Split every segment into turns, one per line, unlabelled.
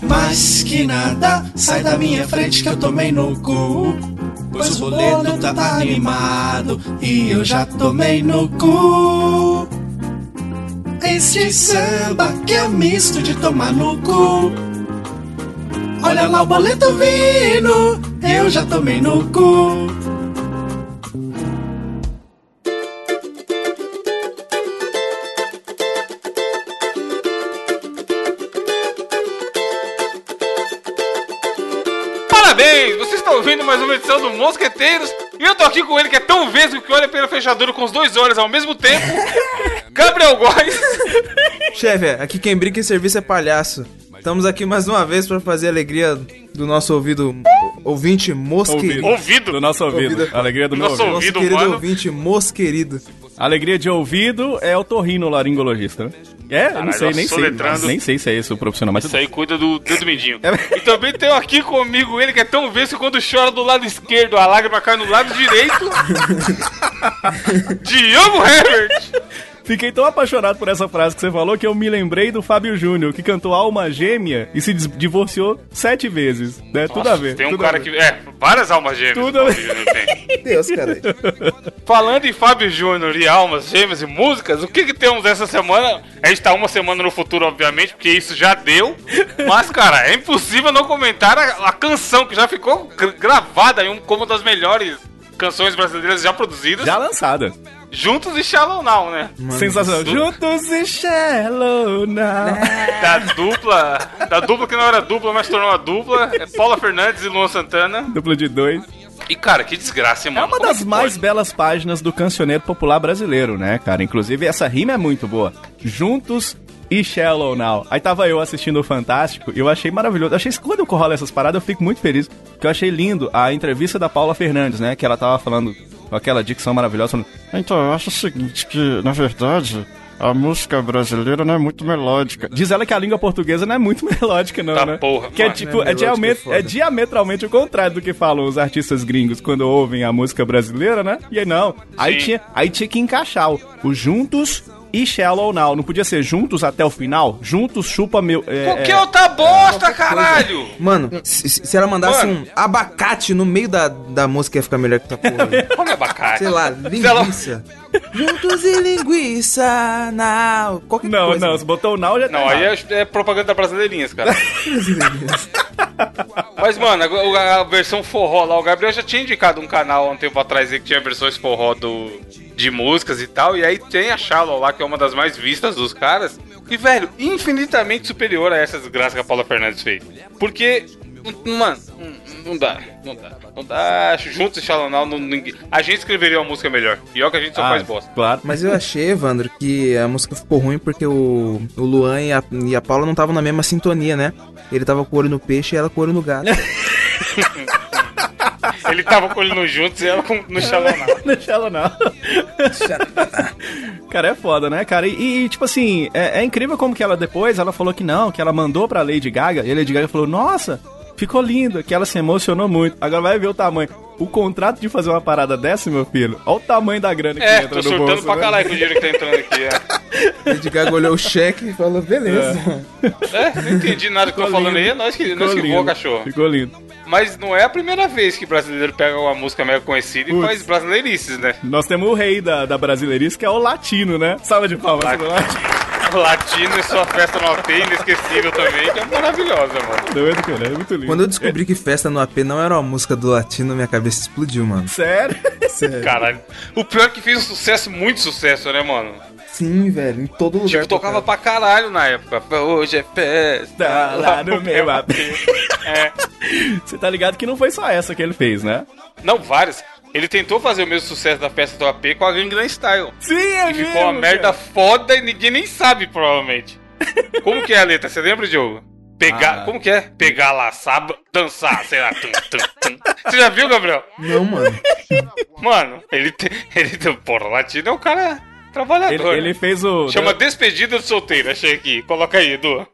Mas que nada, sai da minha frente que eu tomei no cu. Pois o boleto tá animado e eu já tomei no cu. Este samba que é misto de tomar no cu. Olha lá o boleto vindo, eu já tomei no cu.
Parabéns! Vocês estão ouvindo mais uma edição do Mosqueteiros e eu tô aqui com ele que é tão vesgo que olha pela fechadura com os dois olhos ao mesmo tempo. Gabriel Góes
Chefe, aqui quem brinca em serviço é palhaço. Estamos aqui mais uma vez para fazer a alegria do nosso ouvido ouvinte mosquerido.
ouvido.
Do nosso ouvido.
Ouvido.
Alegria do meu
Nossa,
ouvido.
Nosso
ouvido
querido
humano.
ouvinte mosquerido.
Alegria de ouvido é o torrino laringologista. né? É, eu não
Caralho,
sei, nem sei.
soletrando.
Nem sei se é esse o profissional, mas
Isso aí cuida do dedo mindinho.
É
E também tenho aqui comigo ele que é tão vesgo que quando chora do lado esquerdo, a lágrima cai no lado direito. Diogo Herbert!
Fiquei tão apaixonado por essa frase que você falou que eu me lembrei do Fábio Júnior, que cantou Alma Gêmea e se des- divorciou sete vezes. Né? tudo a ver.
Tem um
tudo
cara
a ver.
que. É, várias almas gêmeas.
Tudo a
Paulo
ver.
Júnior tem.
Deus, cara.
Falando em Fábio Júnior e almas, gêmeas e músicas, o que, que temos essa semana? A gente tá uma semana no futuro, obviamente, porque isso já deu. Mas, cara, é impossível não comentar a, a canção que já ficou gr- gravada em um- como uma das melhores canções brasileiras já produzidas.
Já lançada.
Juntos e Shallow Now, né?
Sensacional. Juntos e Shallow Now.
Da dupla, da dupla que não era dupla, mas tornou a dupla, é Paula Fernandes e Luan Santana.
Duplo de dois.
E, cara, que desgraça,
É
hein, mano.
uma
Como
das
que
mais
pode?
belas páginas do cancioneiro popular brasileiro, né, cara? Inclusive, essa rima é muito boa. Juntos e Shallow Now. Aí tava eu assistindo o Fantástico e eu achei maravilhoso. Eu achei quando eu rola essas paradas, eu fico muito feliz. Porque eu achei lindo a entrevista da Paula Fernandes, né? Que ela tava falando com aquela dicção maravilhosa. falando,
Então, eu acho o seguinte, que, na verdade, a música brasileira não é muito melódica.
Diz ela que a língua portuguesa não é muito melódica, não,
Tá
né?
porra,
que é
mano.
tipo,
É
é,
melódica,
diamet-
é foda.
é diametralmente o contrário do que falam os artistas gringos quando ouvem a música brasileira, né? E aí não. Aí
Sim.
tinha, aí tinha que encaixar o, o juntos e shallow now. Não podia ser juntos até o final? Juntos chupa meu. é,
Por que
é,
outra tá bosta, caralho?
Mano, se, se ela mandasse
Mano.
um abacate no meio da, da música, ia ficar melhor que tá porra.
Olha abacate.
Sei lá,
ela-
linguiça. Juntos e linguiça, não. Qualquer
Não,
coisa.
não, se botou o now já tá.
Não, aí
errado.
é, é propaganda brasileirinhas, cara. Mas, mano, a, a- a versão forró lá, o Gabriel já tinha indicado um canal há um tempo atrás aí que tinha versões forró do, de músicas e tal. E aí tem a Shallow lá, que é uma das mais vistas dos caras. E, velho, infinitamente superior a essas graças que a Paula Fernandes fez. Porque, hum, mano, hum, não dá, não dá. Não dá, juntos e Shallow Now, não, ninguém- a gente escreveria uma música melhor. E olha que a gente só
Ah,
faz bosta.
Claro.
Mas eu achei, Evandro, que a música ficou ruim porque o, o Luan e a, e a Paula não estavam na mesma sintonia, né? Ele tava com o olho no peixe e ela com o olho no gato.
Ele tava com ele no juntos e ela com, no Shallow Now.
Deixa ela não. cara, é foda, né, cara? E, e, tipo assim, é, é incrível como que ela depois, ela falou que não, que ela mandou pra Lady Gaga, e a Lady Gaga falou, nossa, ficou lindo, que ela se emocionou muito. Agora vai ver o tamanho. O contrato de fazer uma parada dessa, meu filho, olha o tamanho da grana que
É,
entra
tô
no
surtando
bolso.
pra
né?
caralho com o dinheiro que tá entrando aqui. É,
Lady Gaga olhou o cheque e falou, beleza.
É, não entendi nada do que eu tô
Ficou
falando
lindo.
aí, é nós que,
Ficou
nós que voa
lindo,
cachorro.
Ficou lindo.
Mas não é a primeira vez que brasileiro pega uma música mega conhecida e
Putz.
faz brasileirices, né?
Nós temos o rei da, da brasileirice, que é o latino, né? Salva de palmas.
Claro.
pro latino.
Latino e sua festa no AP, inesquecível também, que é maravilhosa, mano.
Doido, cara. É muito lindo.
Quando eu descobri que festa no AP não era uma música do latino, minha cabeça explodiu, mano.
Sério?
Sério.
Caralho. O pior é que fez um sucesso, muito sucesso, né, mano?
Sim, velho, em todo lugar.
é
Tipo, tocava pra caralho na época. Hoje é festa.
Tá lá no meu AP.
É.
Você tá ligado que não foi só essa que ele fez, né?
Não, várias. Ele tentou fazer o mesmo sucesso da festa do AP com a Gangnam Style.
Sim, é
Ficou uma merda foda e ninguém nem sabe, provavelmente. Como que é a letra? Você lembra, Diogo? Pegar.
Ah.
Como que é? Pegar, laçar, b- dançar, sei lá. Tum, tum, tum. Você já viu, Gabriel?
Não, mano.
Mano, ele tem. Ele tem. Porra, latino é um cara trabalhador.
Ele,
né?
ele fez o.
Chama Despedida de Solteiro, achei aqui. Coloca aí, Edu.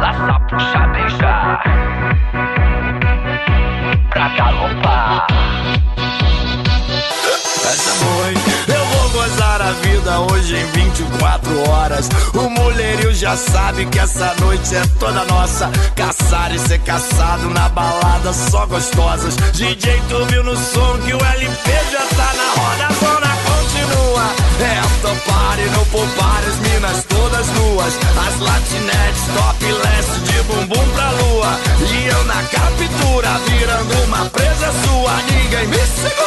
Laça, puxa, beija Pra galopar
Essa foi. Eu vou gozar a vida hoje em 24 horas. O mulherio já sabe que essa noite é toda nossa. Caçar e ser caçado na balada, só gostosas. DJ, tu viu no som que o LP já tá na roda, a zona continua. É after party, não poupar as minas todas nuas. As latinetes, topless, de bumbum pra lua. E eu na captura, virando uma presa sua. Ninguém me segura.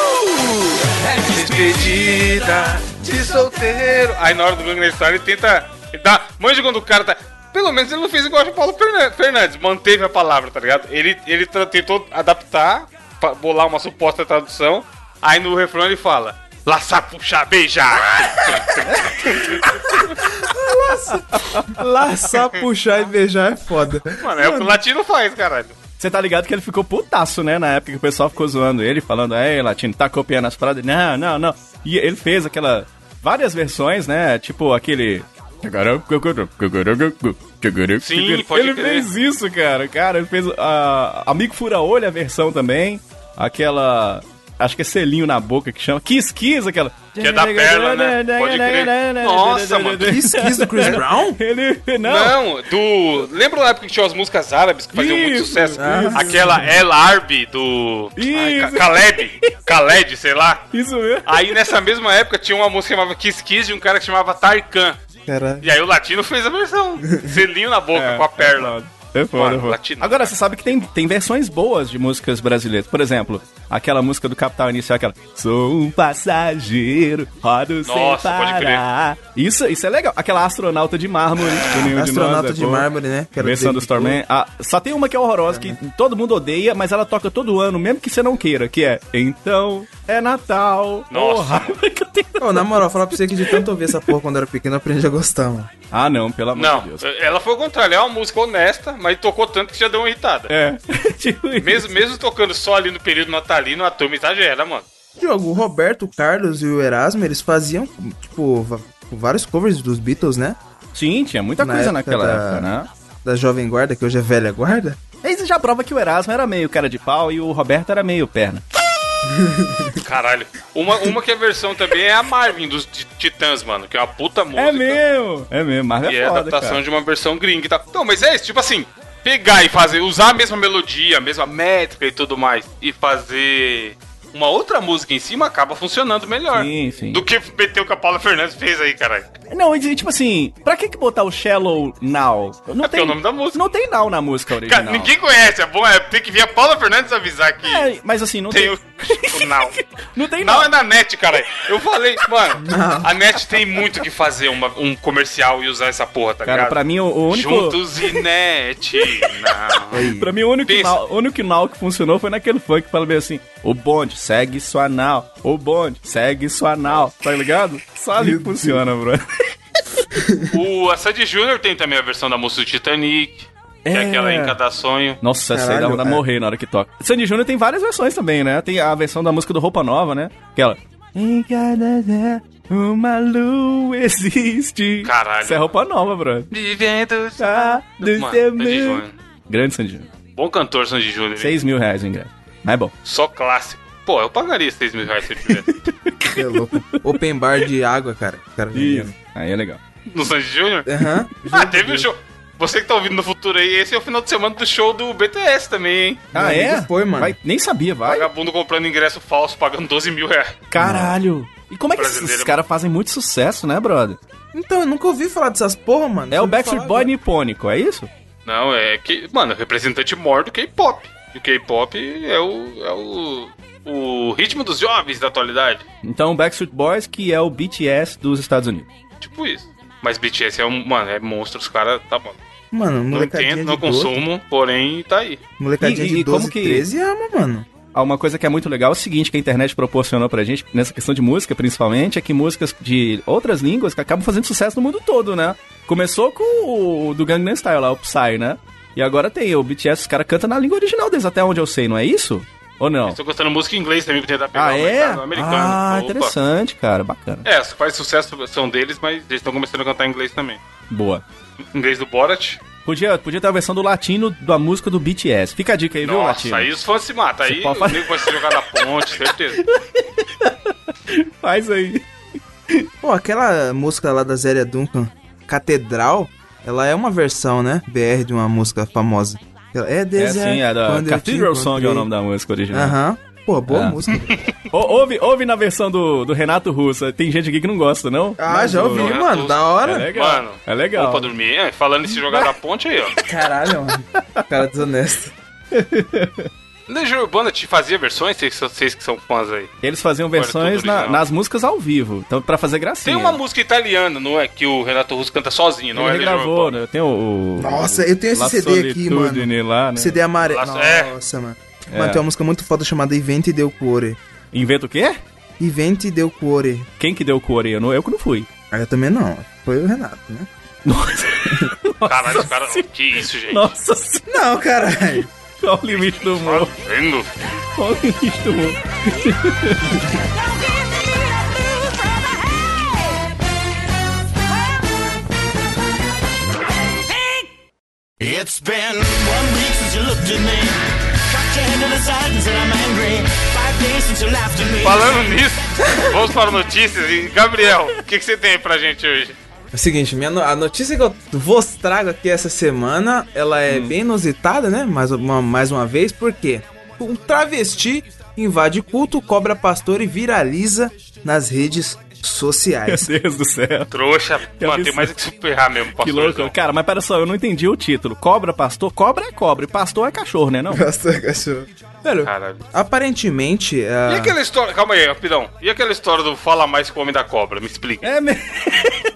É
Despedida Tá de solteiro. Aí na hora do Gangnam Style ele tenta. Ele dá. Manja quando o cara tá. Pelo menos ele não fez igual o Paulo Fernan- Fernandes. Manteve a palavra, tá ligado? Ele, ele tra- tentou adaptar, pa- bolar uma suposta tradução. Aí no refrão ele fala. Laçar, puxar, beijar.
Laçar, puxar e beijar é foda.
Mano, é o que o latino faz, caralho.
Você tá ligado que ele ficou putaço, né? Na época que o pessoal ficou zoando ele, falando, ei, Latino, tá copiando as paradas. Não, não, não. E ele fez aquela. várias versões, né? Tipo aquele.
Sim, pode
Ele
crer.
fez isso, cara. Cara, ele fez a Amigo Fura-Olho, a versão também. Aquela. Acho que é selinho na boca que chama. Kiss Kiss, aquela.
Que é da perla, né? Pode crer. Nossa, mano. É.
Kiss Kiss do Chris Brown?
Ele. Não.
Não, do. Lembra na época que tinha as músicas árabes que faziam muito
Isso,
sucesso? Aquela El Arbi do. Ai, Ca-
Isso.
Caleb. Khaled, sei lá.
Isso mesmo.
Aí nessa mesma época tinha uma música que chamava Kiss Kiss de um cara que chamava Tarkan.
Caralho.
E aí o latino fez a versão. Selinho na boca
É,
com a
é
perna.
foda. É foda,
Mano,
é foda.
latino,
Agora,
cara.
você sabe que tem, tem versões boas de músicas brasileiras. Por exemplo, aquela música do Capital Inicial, aquela Sou um passageiro, rodo sem
Nossa, pode
parar. Isso, isso é legal. Aquela astronauta de mármore. que nenhum de
Astronauta
nós é
de
boa.
mármore, né? Que era
Versão do
David
Storman. Ah, só tem uma que é horrorosa, que todo mundo odeia, mas ela toca todo ano, mesmo que você não queira, que é Então é Natal.
Nossa,
Oh, raiva que eu tenho.
Ô, na moral, falar pra você que de tanto ouvir essa porra quando era pequeno, eu aprendi a gostar, mano.
Ah, não, pelo amor
Não,
de Deus.
ela foi o contrário. É uma música honesta, mas tocou tanto que já deu uma irritada.
É. tipo isso.
Mesmo, mesmo tocando só ali no período natalino, a turma exagera, mano.
Diogo, o Roberto, o Carlos e o Erasmo, eles faziam, tipo, va- vários covers dos Beatles, né?
Sim, tinha muita
Na
coisa
época
naquela
da-
época, né?
Da Jovem Guarda, que hoje é Velha Guarda.
Aí Isso já prova que o Erasmo era meio cara de pau e o Roberto era meio perna.
Caralho. Uma, uma que é versão também é a Marvin dos Ti- Titãs, mano. Que é uma puta música.
mesmo! É mesmo, mas
E
é,
é a
foda,
adaptação
cara.
de uma versão gringa e tal. Então, mas é isso, tipo assim, pegar e fazer, usar a mesma melodia, a mesma métrica e tudo mais, e fazer uma outra música em cima acaba funcionando melhor.
Sim, sim.
Do que meter o que a Paula Fernandes fez aí, caralho.
Não, e tipo assim, pra que, que botar o Shallow Now? Não
É porque é o nome da música.
Não tem Now na música
Cara,
original.
ninguém conhece, é bom, é, tem que vir a Paula Fernandes avisar que
É, mas assim, não
tem
tem...
o, o Now.
Não tem
Now
Now.
é da NET, caralho. Eu falei, mano, a NET tem muito que fazer uma- um comercial e usar essa porra, tá
Cara,
ligado?
pra mim, o- o único...
Juntos e NET, não.
Pra mim, o único,
Pensa.
now, o único now que funcionou foi naquele funk que fala bem assim: O bonde, segue sua now. O bonde, segue sua now. Tá ligado? Sabe que funciona, bro.
O Sandy Júnior tem também a versão da música do Titanic, que é
É.
aquela em cada sonho.
Nossa, essa aí dá
Caralho,
vontade
é.
de morrer na hora que toca. Sandy Júnior tem várias versões também, né? Tem a versão da música do Roupa Nova, né? Aquela. Em cada dia, uma lua existe.
Caralho.
Isso é roupa nova, bro.
Vivendo
Tá do
Mano, é
seu
Sandy
mundo.
Júnior.
Grande Sandy Júnior.
Bom cantor Sandy Júnior. hein?
6 mil reais em grana. Mas é bom.
Só clássico. Pô, eu pagaria 6 mil reais se eu tivesse.
Que é louco. Open bar de água, cara. cara vendendo.
Aí é legal.
no Sandy Júnior?
Aham.
Ah, teve um show. Você que tá ouvindo no futuro aí, esse é o final de semana do show do BTS também, hein?
Ah,
amigo
é?
foi, mano.
Vai- nem sabia, vai.
Vagabundo comprando ingresso falso, pagando 12 mil reais.
Caralho. E como é que
Brasileiro,
esses
mano.
caras fazem muito sucesso, né, brother?
Então, eu nunca ouvi falar dessas porra, mano.
É o
Só ouvi
Backstreet
falar
Boy
agora.
nipônico, é isso?
Não, é que. Mano, representante maior do K-pop. E o K-pop é o. é o. o ritmo dos jovens da atualidade.
Então, Backstreet Boys, que é o BTS dos Estados Unidos.
Tipo isso. Mas BTS é um. Mano, é monstro, os caras. Tá bom.
Mano,
Não
molecadinha
entendo, não
de 12,
consumo, porém tá aí.
Molecadinha
E- e
de 12,
como que-
13 ama, mano.
Ah, Uma coisa que é muito legal é o seguinte, que a internet proporcionou pra gente, nessa questão de música principalmente, é que músicas de outras línguas que acabam fazendo sucesso no mundo todo, né? Começou com o do Gangnam Style lá, o Psy, né? E agora tem o BTS, os caras cantam na língua original deles, até onde eu sei, não é isso? Ou não?
Estou gostando de música em inglês também pra tentar pegar
Ah,
o
é?
mercado né? Tá americano.
Ah,
Opa.
interessante, cara, bacana.
É, os que faz sucesso são deles, mas eles estão começando a cantar em inglês também.
Boa.
Inglês do Borat.
Podia, podia ter a versão do latino da música do BTS. Fica a dica aí, viu,
Nossa,
latino?
aí os fãs se matam. Aí
pode
o
fazer.
nego vai se jogar na ponte, certeza.
Faz aí.
Pô, aquela música lá da Zélia Duncan, Catedral, ela é uma versão, né? BR de uma música famosa. Ela É
É
desert,
assim, é da
quando eu te
Cathedral Song é o
encontrei.
nome da música original.
Aham. Pô, boa
É.
música.
Ou- Ouve, ouve na versão do, do Renato Russo. Tem gente aqui que não gosta, não?
Ah, já ouvi,
Renato
mano. Da hora.
É legal.
Mano,
é legal.
Opa, dormir. É, Falando em se jogar da ponte aí, ó.
Caralho, mano. Cara desonesto.
Legião Urbana te fazia versões, vocês que são- vocês que são fãs aí.
Eles faziam versões
tudo
na-
original.
nas músicas ao vivo, então pra fazer gracinha.
Tem uma música italiana, não é? Que o Renato Russo canta sozinho, não
Ele
é? Legião
regravou,
Urbana.
né? Tem o, o-
Nossa, eu tenho esse
La
CD aqui, mano.
Solitudine lá, né?
CD amarelo.
Nossa, é.
Nossa, mano.
É.
Mano, tem uma música muito foda chamada Invente Deu Cuore.
Inventa o quê?
Invente Deu Cuore.
Quem que deu o core? Eu, não, eu que não fui.
Ah, eu também não. Foi o Renato, né?
Caralho, os caras. Que isso, gente.
Nossa senhora,
Não, caralho.
olha o limite do
Tá
mundo.
vendo?
Olha o limite do mundo.
It's been one week since you looked at me. Cocked your head to the side and said I'm angry. Five days since you laughed at me.
Falando nisso, vamos para notícias. E, Gabriel, o que, que você tem aí pra gente hoje?
É o seguinte, minha no- a notícia que eu vos trago aqui essa semana, ela
Hum.
é bem inusitada, né? Mais uma, mais uma vez, por quê? Um travesti invade culto, cobra pastor e viraliza nas redes sociais.
Meu Deus do céu.
Trouxa,
Que
mano, tem
absurdo.
mais é que se ferrar mesmo,
Que
pastorzão.
louco. Cara, mas pera só, eu não entendi o título. Cobra, pastor? Cobra é cobra e pastor é cachorro, né? Não?
Pastor cachorro. Velho,
Caralho.
aparentemente. ah,
E aquela história. Calma aí, rapidão. E aquela história do fala mais com o homem da cobra? Me explica.
É mesmo.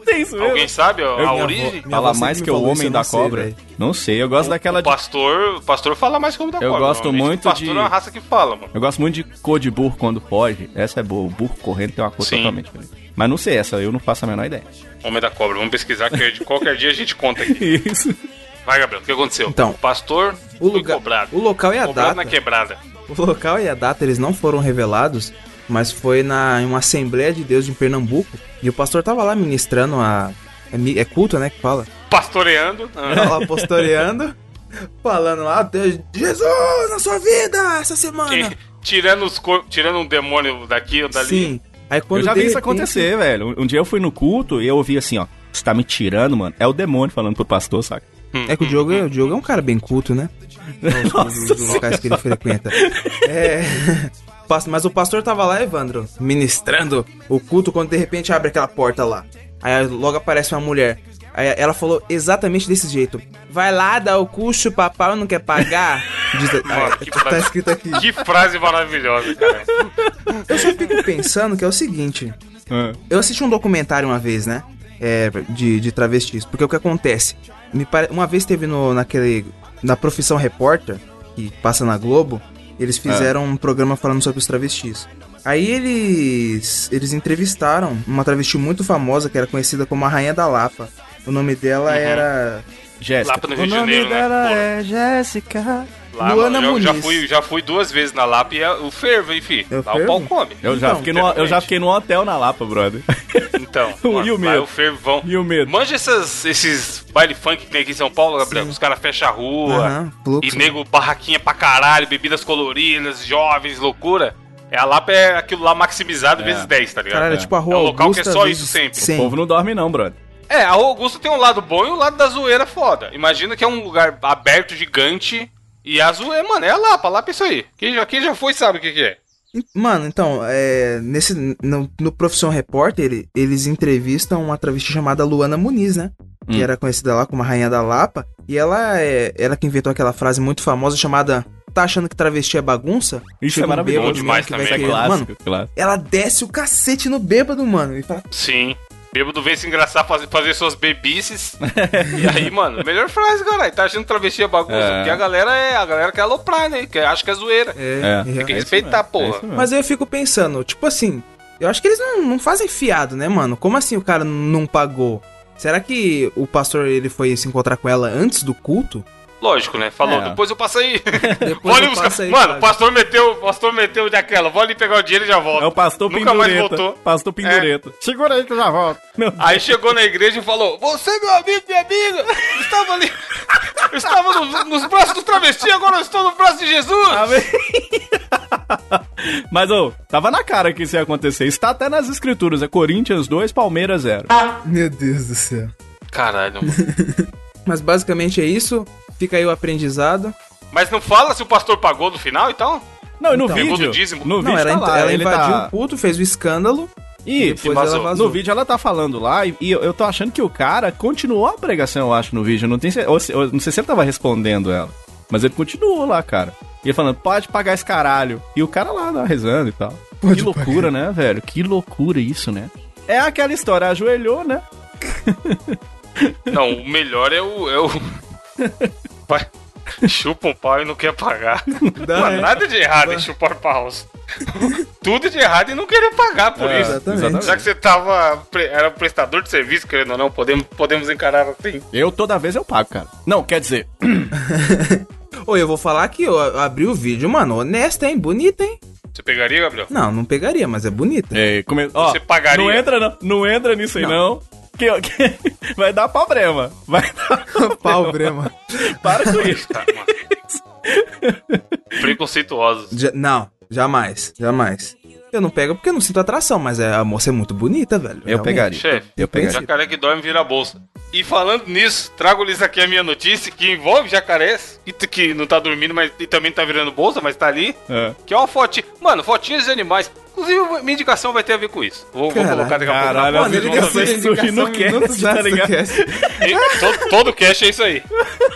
Tem isso É mesmo.
Alguém sabe a,
Eu-
a
minha
origem?
avó-
Minha
Fala
avó
mais que
sempre
o
falou isso,
homem
eu
da
não sei,
cobra.
velho.
não sei, eu gosto daquela
O
de.
pastor, o pastor fala mais como da
Eu
cobra.
gosto
normalmente.
muito
o pastor
de-
é uma raça que fala, mano.
Eu gosto muito de cor de burro quando foge. Essa é boa. O burro correndo tem uma cor
Sim.
totalmente diferente. Mas não sei essa, eu não faço a menor ideia.
Homem da cobra. Vamos pesquisar que é de qualquer dia a gente conta aqui.
Isso.
Vai, Gabriel, o que aconteceu?
Então,
o pastor
o,
foi
lugar,
cobrado.
o local e a
cobrado
data.
na quebrada.
O local e a data eles não foram revelados, mas foi na em uma Assembleia de Deus em Pernambuco e o pastor tava lá ministrando a é, mi- é culto, né, que fala.
Pastoreando. Ah,
Tava lá pastoreando, falando lá, Deus, Jesus na sua vida essa semana.
que- tirando, os cor... tirando um demônio daqui ou dali.
Sim. Aí quando
eu já
de
vi isso
repente-
acontecer, velho. Um- Um dia eu fui no culto e eu ouvi assim, ó. Você tá me tirando, mano. É o demônio falando pro pastor, saca?
É que o Diogo, é- o Diogo é um cara bem culto, né? Os, os locais que ele frequenta. É. pas- Mas o pastor tava lá, Evandro, ministrando o culto, quando de repente abre aquela porta lá. Aí logo aparece uma mulher. Aí ela falou exatamente desse jeito: Vai lá, dá o cuxo, papai não quer pagar. Diz,
Mano, que
tá
frase-
escrito aqui.
Que frase maravilhosa, cara.
Eu só fico pensando que é o seguinte: Eu assisti um documentário uma vez, né? É, de, de travestis. Porque o que acontece? Me pare- Uma vez teve no, naquele. Na profissão repórter, que passa na Globo, eles fizeram um programa falando sobre os travestis. Aí eles. Eles entrevistaram uma travesti muito famosa que era conhecida como a Rainha da Lapa. O nome dela
Uhum. Lá
era.
Jéssica.
pro Rio de Janeiro, né? Pô,
é Jéssica.
Lá,
Luana
mano, já, já
Muniz.
fui, já fui duas vezes na Lapa e é o fervo, hein, fi.
É o
Lá o
fervo?
pau come.
Eu, já
Então,
fiquei no, eu já fiquei num hotel na Lapa, brother.
Então,
E o
mano, lá
medo?
é o fervo vão.
E o medo?
Manja essas, esses baile funk que tem aqui em São Paulo, Gabriel. que Os caras fecham a rua.
Aham, fluxo.
E nego barraquinha pra caralho, bebidas coloridas, jovens, loucura. É a Lapa é aquilo lá maximizado vezes 10, tá ligado?
Caralho, é tipo a Rua
É um local
Augusta
que é só
vezes
isso sempre.
O
cem.
povo não dorme não, brother.
É, a Rua Augusta tem um lado bom e um lado da zoeira foda. Imagina que é um lugar aberto, gigante. E a zoeira, mano, é a Lapa, a Lapa é isso aí. Quem já, quem já foi sabe o que, que é.
Mano, então, é, nesse, no, no Profissão Repórter, ele- eles entrevistam uma travesti chamada Luana Muniz, né? Que
Hum.
era conhecida lá como a Rainha da Lapa. E ela é ela que inventou aquela frase muito famosa chamada Tá achando que travesti é bagunça?
Isso é
Chega um
maravilhoso.
bêbado
Bom demais
mesmo que
também,
vai
É
querer-
clássico,
Mano,
claro.
ela desce o cacete no bêbado, mano. E fala,
Sim. Bêbado vem se engraçar, fazer, fazer suas bebices. e aí, mano, melhor frase, caralho. Tá achando travesti é bagunça?
É.
Porque a galera é. A galera quer aloprar, né? Que acha que é zoeira.
É.
é.
Tem que
É isso
respeitar,
mesmo,
porra.
é isso mesmo.
Mas aí eu fico pensando, tipo assim, eu acho que eles não, não fazem fiado, né, mano? Como assim o cara não pagou? Será que o pastor ele foi se encontrar com ela antes do culto?
Lógico, né? Falou,
É.
depois eu passo aí.
Depois
Vou ali
eu
buscar.
passo aí,
mano,
pago.
o pastor meteu, o pastor meteu daquela. Vou ali pegar o dinheiro e já volto.
É o pastor
Nunca mais
pendureta.
voltou.
Pastor
É.
pendureta.
Segura aí que eu já volto.
Aí chegou na igreja e falou: Você, meu amigo, minha amiga, estava ali. Eu estava no- nos braços do travesti, agora eu estou no braço de Jesus.
Mas, ô, tava na cara que
Ah,
isso ia acontecer. Está até nas escrituras. É Corinthians 2, Palmeiras 0.
Meu Deus do céu.
Caralho, mano.
Mas basicamente é isso. Fica aí o aprendizado.
Mas não fala se o pastor pagou no final, então?
Não, e no
Então.
Pegou do
vídeo.
dízimo.
No
Não,
vídeo
ela,
tá
in-
lá,
ela
ele
invadiu
tá-
o culto, fez o escândalo.
E
depois
vazou.
ela vazou.
no vídeo ela tá falando lá, e, e eu, eu tô achando que o cara continuou a pregação, eu acho, no vídeo. Não, tem, cer- ou se- ou- não sei se ele tava respondendo ela, mas ele continuou lá, cara. E ele falando, pode pagar esse caralho. E o cara lá, lá rezando e tal. que loucura, né, velho? Que loucura isso, né? É aquela história, ajoelhou, né?
Não, o melhor é o. É o... Vai- Chupa um pau e não quer pagar. Não,
é.
Nada de errado em chupar paus. Tudo de errado e não querer pagar por
É,
isso.
exatamente.
Já que você tava. pre- Era um prestador de serviço, querendo ou não, podemos, podemos encarar assim.
Eu toda vez eu pago, cara. Não, quer dizer,
Oi, eu vou falar que eu a- abri o vídeo, mano. Honesta, hein? Bonita, hein?
Você pegaria, Gabriel?
Não, não pegaria, mas é bonita.
É, come- ó,
Você pagaria.
Não entra, não. Não entra nisso aí, não. Que, que- vai dar problema. Vai dar
Pau, Brema.
Para com isso.
Tá, mano. Preconceituosos.
Ja- não, jamais, jamais. Eu não pego porque eu não sinto atração, mas é- a moça é um muito bonita, velho. realmente.
Chefe,
Eu pegaria.
jacaré que dorme vira bolsa. E falando nisso, trago-lhes aqui a minha notícia que envolve jacarés, e t- que não tá dormindo, mas e também não tá virando bolsa, mas tá ali.
É.
Que é uma fotinha. Mano, fotinhas de animais. Inclusive, minha indicação vai ter a ver com isso. Vou, vou
Caralho. assim.
colocar daqui a pouco.
Caralho,
na
Mano, ele
pauta,
deu
mas
sua
vocês
isso aqui no
indicação em minutos
cast, tá
dessa
ligado?
assim, cast.
E todo, todo cast é isso aí.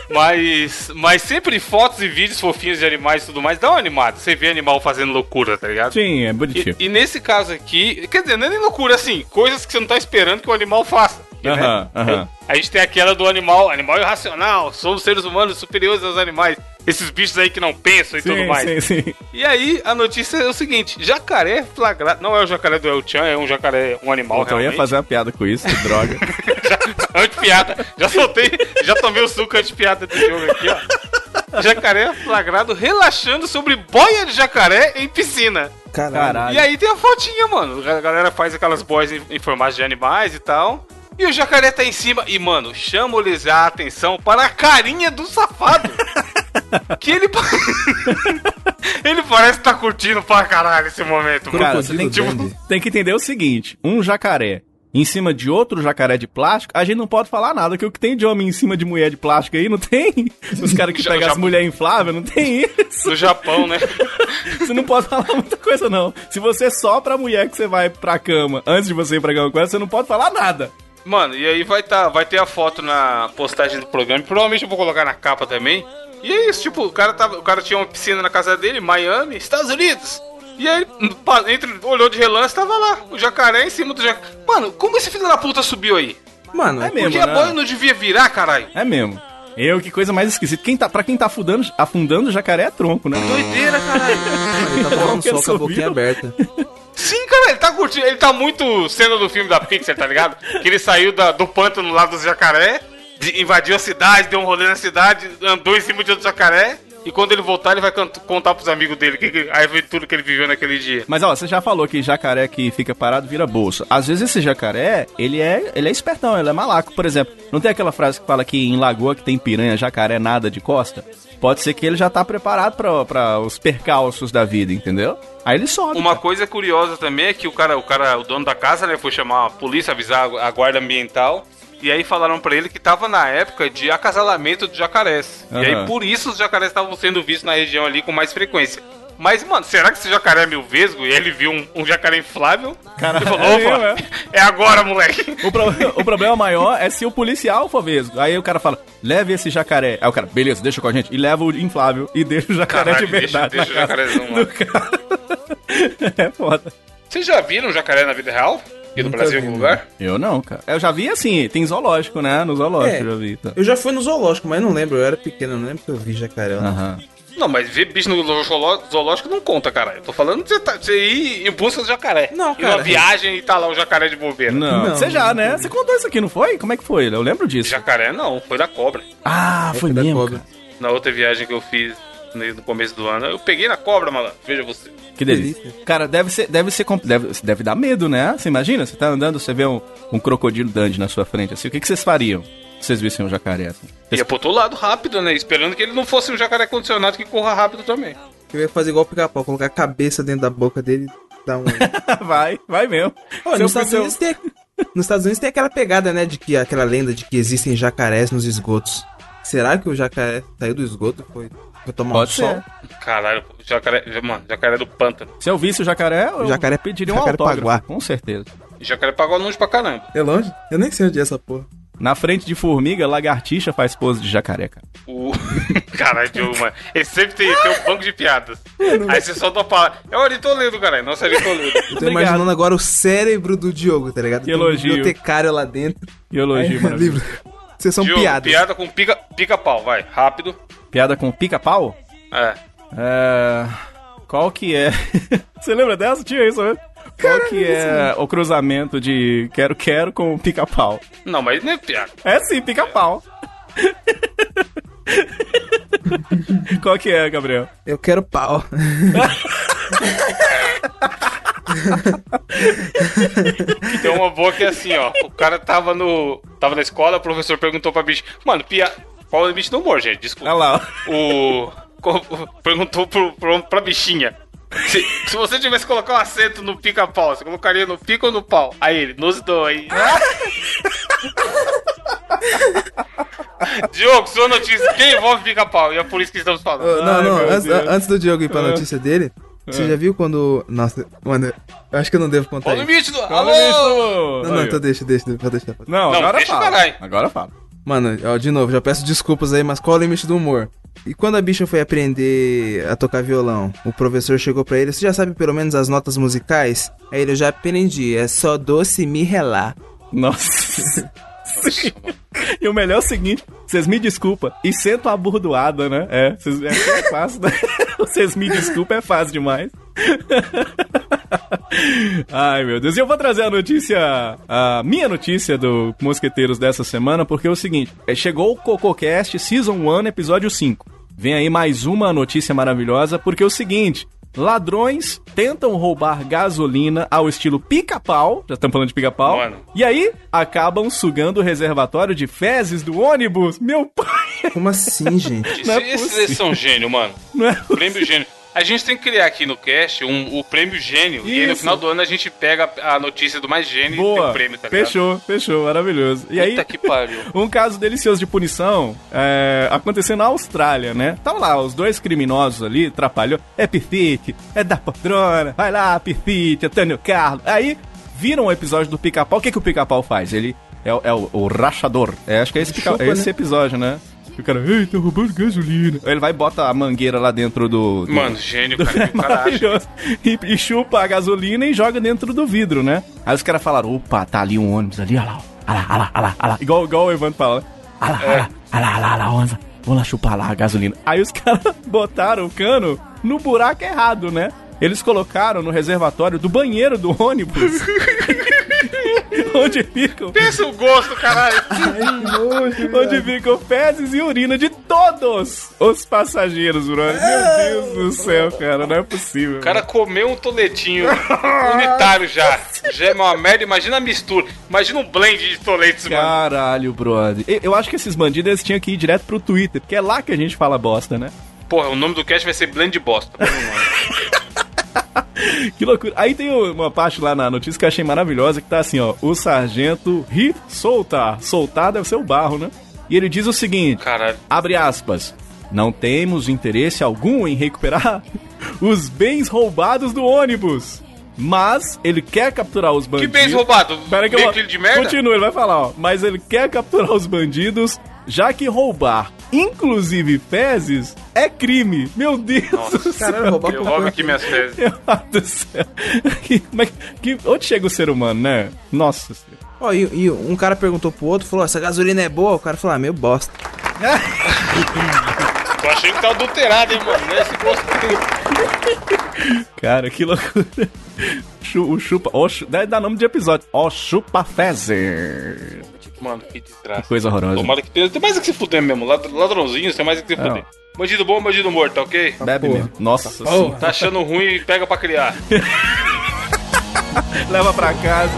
Mas, mas sempre fotos e vídeos fofinhos de animais e tudo mais, dá um animado. Você vê animal fazendo loucura, tá ligado?
Sim, é bonitinho.
E, e nesse caso aqui, quer dizer, não é nem loucura assim, coisas que você não tá esperando que o animal faça. né?
Aham, aham.
A gente tem aquela do animal, animal irracional, somos seres humanos superiores aos animais, esses bichos aí que não pensam e tudo
Sim,
mais.
sim, sim.
E aí, a notícia é o seguinte: jacaré flagrado. Não é o jacaré do El Chan, é um jacaré, um animal.
Então eu ia
realmente.
fazer uma piada com isso, que droga.
Antipiada. Já soltei, já tomei o suco antipiada do jogo aqui, ó. Jacaré flagrado relaxando sobre boia de jacaré em piscina.
Caralho.
Caralho.
E aí tem a fotinha, mano. A galera faz aquelas boias em, em formato de animais e tal. E o jacaré tá em cima. E, mano, chamo-lhes a atenção para a carinha do safado. que ele. pa- ele parece que tá curtindo pra caralho esse momento, mano.
Cara, você tem, que-
Crocodilo Dundee.
tem que entender o seguinte: um jacaré em cima de outro jacaré de plástico, a gente não pode falar nada, que o que tem de homem em cima de mulher de plástico aí não tem. Os caras que
Já-
pegam
já-
as mulheres infláveis, não tem isso.
No Japão, né?
Você não pode falar muita coisa, não. Se você sopra a mulher que você vai pra cama antes de você ir pra cama com ela, você não pode falar nada.
Mano, e aí vai, tá, vai ter a foto na postagem do programa. Provavelmente eu vou colocar na capa também. E é isso, tipo, o cara, tava, o cara tinha uma piscina na casa dele, em Miami, Estados Unidos. E aí, ele pa- entre, olhou de relance, tava lá, o jacaré em cima do jacaré. Mano, como esse filho da puta subiu aí?
Mano,
É mesmo,
Porque
né?
a boia não devia virar, caralho.
É mesmo. Eu, que coisa mais esquisita. Quem tá, pra quem tá afundando, afundando, jacaré é tronco, né?
Doideira, caralho.
ele tá tomando
Eu
soco com a boquinha
sou
aberta.
Sim, cara, ele tá curtindo. Ele tá muito cena do filme da Pixar, tá ligado? Que ele saiu da- do pântano lá dos jacaré, de- invadiu a cidade, deu um rolê na cidade, andou em cima de outro jacaré. E quando ele voltar, ele vai cant- contar pros amigos dele que, que- a aventura que ele viveu naquele dia.
Mas ó, você já falou que jacaré que fica parado vira bolsa. Às vezes esse jacaré, ele é, ele é espertão, ele é malaco, por exemplo. Não tem aquela frase que fala que em lagoa que tem piranha, jacaré nada de costa? Pode ser que ele já tá preparado pra- pra os percalços da vida, entendeu? Aí ele sobe.
Uma
cara.
coisa curiosa também é que o cara, o cara, o dono da casa, né, foi chamar a polícia, avisar a guarda ambiental. E aí falaram pra ele que tava na época de acasalamento de jacarés. E aí
Aham.
por isso os jacarés estavam sendo vistos na região ali com mais frequência. Mas, mano, será que esse jacaré é mil vesgo e ele viu um, um jacaré inflável? Caralho, ele falou,
é mesmo,
opa, é agora, moleque.
O, pro- o problema maior é se o policial for mesmo. Aí o cara fala, leve esse jacaré. Aí o cara, beleza, deixa com a gente. E leva o inflável e deixa o jacaré
Caralho,
de
deixa,
verdade.
deixa o
na casa
jacarezão
do
lá.
cara. é foda.
Vocês já viram um jacaré na vida real? E no
Nunca
Brasil, em
vi,
algum
né?
lugar?
Eu não, cara. Eu já vi assim, tem zoológico, né? No zoológico
É.
eu já vi. Tá.
Eu já fui no zoológico, mas não lembro. Eu era pequeno, não lembro que eu vi jacaré. ou não.
Aham.
Não, mas ver bicho no zooló- zoológico não conta, caralho. Eu tô falando de você, tá, você ir em busca do jacaré.
Não,
Ir numa
cara.
viagem e tá lá o jacaré de bobeira.
Não,
Não,
você já, né? Você contou isso aqui, não foi? Como é que foi? Eu lembro disso.
Jacaré não, foi da cobra.
Ah, foi
É, Da
mesmo.
cobra.
Na outra viagem que eu fiz ne- no começo do ano, eu peguei na cobra, malandro. Veja você.
cara. Que delícia. Cara, deve ser, deve ser, compl- deve, deve dar medo, né? Você imagina? Você tá andando, você vê um, um crocodilo dandy na sua frente, assim. O que, que vocês fariam se vocês vissem um jacaré? Assim?
Ia é pro outro lado rápido, né? Esperando que ele não fosse um jacaré condicionado que corra rápido também.
Eu ia fazer igual o pica-pau, colocar a cabeça dentro da boca dele e dar um.
vai, vai mesmo.
Olha,
Seu-
nos Estados
seu-
Unidos tem, Nos Estados Unidos tem aquela pegada, né, de que aquela lenda de que existem jacarés nos esgotos. Será que o jacaré saiu do esgoto e foi, foi tomar um
Pode ser.
sol?
Caralho, jacaré, mano, jacaré do pântano.
é. Se eu visse o jacaré, eu
O jacaré-
pediria um
jacaré
autógrafo,
paguá.
com certeza.
Jacaré pagou longe pra caramba.
É longe? Eu nem sei onde é essa porra.
Na frente de formiga, lagartixa faz pose de jacaré, cara.
O. Caralho, Diogo, mano. Ele sempre tem, tem um banco de piadas. Aí você só topa. É o Aritoledo, caralho. Nossa, Aritoledo.
Eu tô imaginando agora o cérebro do Diogo, tá ligado?
Que
Tem um
elogio.
bibliotecário lá dentro.
E elogio, mano.
É, livro. Vocês são
Diogo,
piadas.
Piada com pica- pica-pau, vai. Rápido.
Piada com pica-pau?
É.
É... Qual que é? Você lembra dessa? Tinha isso, né? Qual que é o cruzamento de quero-quero com pica-pau?
Não, mas não é piada.
É sim, pica-pau. Qual que é, Gabriel?
Eu quero pau.
Tem uma boa que é assim, ó. O cara tava no. Tava na escola, o professor perguntou pra bicho. Mano, piada. Qual é o limite do humor, gente? Desculpa.
Olha lá. ó.
o. co- Perguntou pro, pro, pra bichinha. Se, se você tivesse que colocar um acento no pica-pau, você colocaria no pico ou no pau? Aí ele, nos dois. Diogo, sua notícia que envolve pica-pau, e é por isso que estamos
Ô,
falando.
não, não,
meu
antes,
Deus.
antes do Diogo ir pra notícia dele, você já viu quando. Nossa, mano, eu acho que eu não devo contar
Olha o
isso.
limite do.
Olha
Alô!
isso.
Não, não,
Aí, ó.
então deixa, deixa, deixa, deixa.
Não,
Não,
agora
deixa
fala.
pra lá, hein.
Agora fala.
Mano, ó, de novo, já peço desculpas aí, mas qual é o limite do humor? E quando a bicha foi aprender a tocar violão, o professor chegou pra ele, você já sabe pelo menos as notas musicais? Aí ele, eu já aprendi, é só doce me relar.
Nossa. e o melhor é o seguinte, vocês me desculpa e sento a burdoada, né? É, vocês, é, é fácil, né? Vocês me desculpa, é fácil demais. Ai, meu Deus. E eu vou trazer a notícia, a minha notícia do Mosqueteiros dessa semana, porque é o seguinte, é, chegou o CocoCast Season 1, episódio 5. Vem aí mais uma notícia maravilhosa, porque é o seguinte, ladrões tentam roubar gasolina ao estilo pica-pau, já estamos falando de pica-pau,
Mano.
e aí acabam sugando o reservatório de fezes do ônibus. Meu pai,
Como assim, gente?
Isso-
Não é
Esses
possível.
são gênio, mano.
não é
Prêmio gênio. A gente tem que criar aqui no cast um, o prêmio gênio. E aí no
Isso.
final do ano a gente pega a a notícia do mais gênio e tem
Boa.
o prêmio, tá ligado?
fechou, fechou, maravilhoso. E aí
Puta que pariu.
Um caso delicioso de punição é, aconteceu na Austrália, né? Estavam lá os dois criminosos ali, atrapalhou. É Pifite, é da patrona, vai lá, Pifite, Antônio Carlos. Aí viram o episódio do pica-pau. O que, que o pica-pau faz? Ele é, o- é o, o rachador. É, acho que é esse, pica-
Chupa,
é esse episódio, né? E O cara, ei, tá roubando gasolina. Aí ele vai e bota a mangueira lá dentro do. do-
Mano, gênio, cara.
é
que O cara acha.
maravilhoso. E, e chupa a gasolina e joga dentro do vidro, né? Aí os caras falaram: opa, tá ali um ônibus ali, olha lá, ó. olha lá, olha lá, olha lá, olha lá. Igual, igual o Evandro fala, né? Olha lá, olha lá, olha lá, olha lá, olha lá, ônibus. Vamos lá chupar lá a gasolina. Aí os caras botaram o cano no buraco errado, né? Eles colocaram no reservatório do banheiro do ônibus. onde ficam
Pensa o gosto, caralho.
onde ficam fezes e urina de todos os passageiros, brother. Meu Deus do céu, cara, não é possível.
O cara comeu um toletinho unitário já. Já é uma merda, imagina a mistura. Imagina um blend de toletes, mano.
Caralho, brother. E- Eu acho que esses bandidos eles tinham que ir direto pro Twitter, porque é lá que a gente fala bosta, né?
Porra, o nome do cast vai ser blend de bosta.
Que loucura. Aí tem uma parte lá na notícia que eu achei maravilhosa, que tá assim, ó. O sargento ri, soltar. Soltar deve ser o barro, né? E ele diz o seguinte...
Caralho.
abre aspas, não temos interesse algum em recuperar os bens roubados do ônibus. Mas ele quer capturar os
Que
bandidos.
bens roubado?
Pera que eu vou-
Veículo de merda?
Continua, ele vai falar, ó. Mas ele quer capturar os bandidos, já que roubar, inclusive fezes, é crime. Meu Deus do céu.
Caralho, roubar
Eu roubo aqui minhas fezes.
Meu Deus do céu. Que- mas que- onde chega o ser humano, né? Nossa Senhora.
Ó, e, e um cara perguntou pro outro, falou, essa gasolina é boa? O cara falou, ah, meu bosta.
Tô achando que tá adulterado, hein, mano. Não é esse gosto que tem.
Cara, que loucura. Chu- O chupa. O chu, dá dá nome de episódio. Ó, chupa fezes.
Mano, que desgraça.
Coisa horrorosa.
Tomara que tenha. Tem mais é que se fuder mesmo. Lad- Ladrãozinho, tem mais é que se
Não.
fuder. Bandido bom, bandido morto, tá ok?
Bebe mesmo. Nossa senhora.
Tá achando ruim e pega pra criar.
Leva pra casa.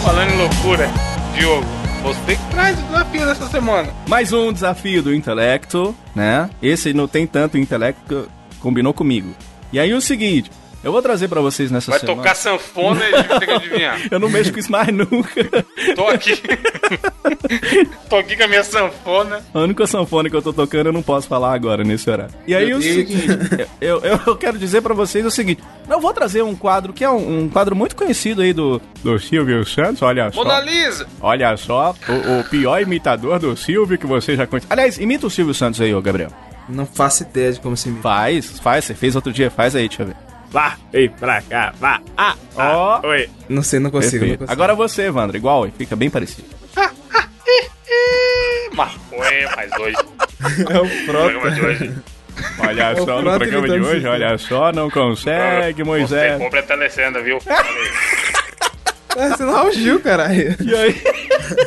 Olha, falando em loucura, Diogo, você que traz o desafio dessa semana.
Mais um desafio do intelecto, né? Esse não tem tanto intelecto, que combinou comigo. E aí é o seguinte, eu vou trazer pra vocês nessa
Vai
semana.
tocar sanfona e a gente tem que adivinhar.
Eu não mexo com isso mais nunca.
Tô aqui. Tô aqui com a minha sanfona.
A única sanfona que eu tô tocando eu não posso falar agora nesse horário. E aí o seguinte, eu, eu, eu quero dizer pra vocês o seguinte: eu vou trazer um quadro que é um, um quadro muito conhecido aí do, do Silvio Santos, olha só.
Mona Lisa.
Olha só, o, o pior imitador do Silvio que você já conhece. Aliás, imita o Silvio Santos aí, ô Gabriel.
Não faço ideia de como se me.
Faz, faz, você fez outro dia, faz aí, deixa eu ver.
Vá, ei, pra cá, vá, ah,
Ó,
oi.
Não sei, não consigo. Não
perfeito.
consigo.
Agora você, Evandro, igual, hein? fica bem parecido.
Maconha, mas hoje.
é o
programa de
próprio. é
hoje.
Olha
o
só, no
Frota
programa de
imitando
hoje,
Silvio
olha só, não consegue,
Você
Moisés.
compra a telecenda, viu?
É, você não é o Gil, caralho.
E aí?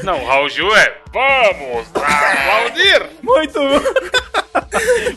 Não, Raul Gil é. Vamos aplaudir!
Muito bom.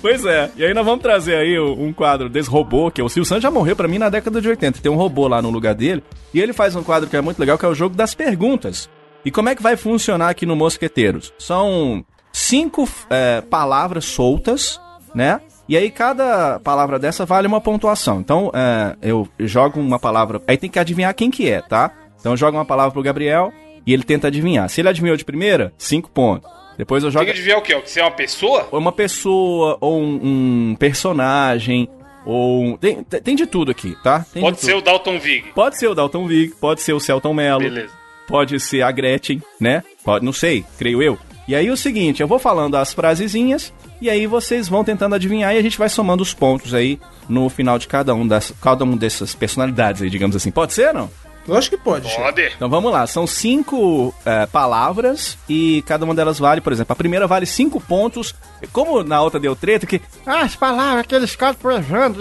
pois é, e aí nós vamos trazer aí o- um quadro desse robô, que é o Silvio Santos já morreu pra mim na década de 80. Tem um robô lá no lugar dele, e ele faz um quadro que é muito legal, que é o jogo das perguntas. E como é que vai funcionar aqui no Mosqueteiros? São cinco é, palavras soltas, né? E aí cada palavra dessa vale uma pontuação. Então, é, eu jogo uma palavra, aí tem que adivinhar quem que é, tá? Então joga uma palavra pro Gabriel e ele tenta adivinhar. Se ele adivinhou de primeira, cinco pontos. Depois eu
Tem
jogo
que adivinhar o quê? O que você é uma pessoa?
ou uma pessoa, ou um, um personagem, ou. um- Tem, tem tem de tudo aqui, tá? Tem
Pode
de
ser
tudo.
o Dalton Vig.
Pode ser o Dalton Vig, pode ser o Celton Mello,
Beleza.
pode ser a Gretchen, né? Pode, não sei, creio eu. E aí é o seguinte, eu vou falando as frasezinhas e aí vocês vão tentando adivinhar e a gente vai somando os pontos aí no final de cada um das cada um dessas personalidades aí, digamos assim. Pode ser, não?
Lógico que pode, Chico.
Pode.
Então vamos lá, são cinco é, palavras e cada uma delas vale, por exemplo, a primeira vale cinco pontos, como na outra deu treta, que
Ah, as palavras, aqueles caras provando.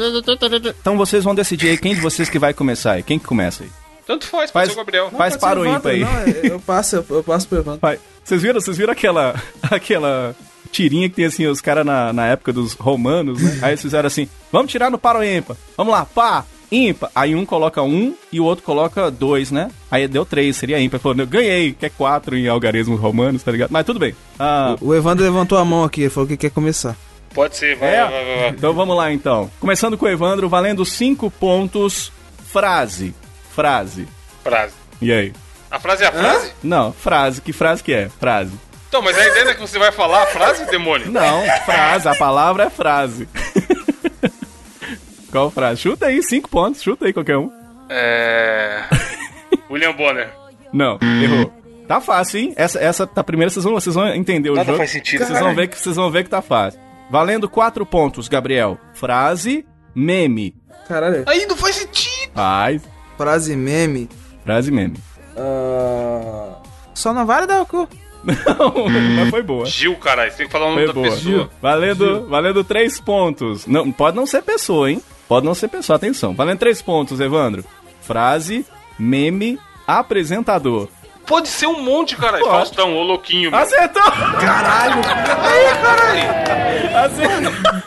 Então vocês vão decidir aí quem de vocês que vai começar aí. Quem que começa aí?
Tanto faz,
Faz-
faz o Gabriel.
Não,
Faz
pode ser
para o
Evandro,
ímpar aí.
Não, é- eu passo, eu, eu passo pro Evandro.
Vai. Vocês viram, vocês viram aquela, aquela tirinha que tem assim, os caras na, na época dos romanos, né? Aí eles fizeram assim, vamos tirar no par ou ímpar. Vamos lá, pá, ímpar. Aí um coloca um e o outro coloca dois, né? Aí deu três, seria ímpar. Falou, eu ganhei, que é quatro em algarismos romanos, tá ligado? Mas tudo bem. Ah,
O Evandro levantou a mão aqui, ele falou que quer começar.
Pode ser, vai, vai, vai,
É?
vai.
Então vamos lá então. Começando com o Evandro, valendo cinco pontos. Frase. Frase.
Frase.
E aí?
A frase é a frase?
Não, frase. Que frase que é? Frase.
Então, mas a ideia é que você vai falar a frase, demônio?
Não, frase. A palavra é frase. Qual frase? Chuta aí, cinco pontos. Chuta aí qualquer um.
É. William Bonner.
Não, errou. Tá fácil, hein? Essa, essa tá primeiro, vocês vão, vocês vão entender o
Nada
jogo.
faz sentido.
Vocês vão, ver que, vocês vão ver que tá fácil. Valendo quatro pontos, Gabriel. Frase, meme.
Caralho,
Aí não faz sentido.
Faz.
frase meme.
Frase, meme.
ah, Só não vale dar o cu.
Não, mas foi boa.
Gil, caralho. Você tem que falar o nome
Foi
da
boa.
pessoa.
Valendo, valendo três pontos. Não, pode não ser pessoa, hein? Pode não ser pessoa, atenção. Valendo três pontos, Evandro. Frase, meme, apresentador.
Pode ser um monte, caralho.
Pode.
Faustão, ô louquinho. meu.
Acertou!
Caralho.
Acertou!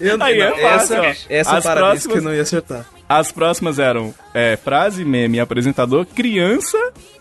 Eu,
Aí é
não,
fácil,
essa,
ó.
essa
As
parada
próximas-
que eu não ia acertar.
As próximas eram é, frase, meme, apresentador, criança,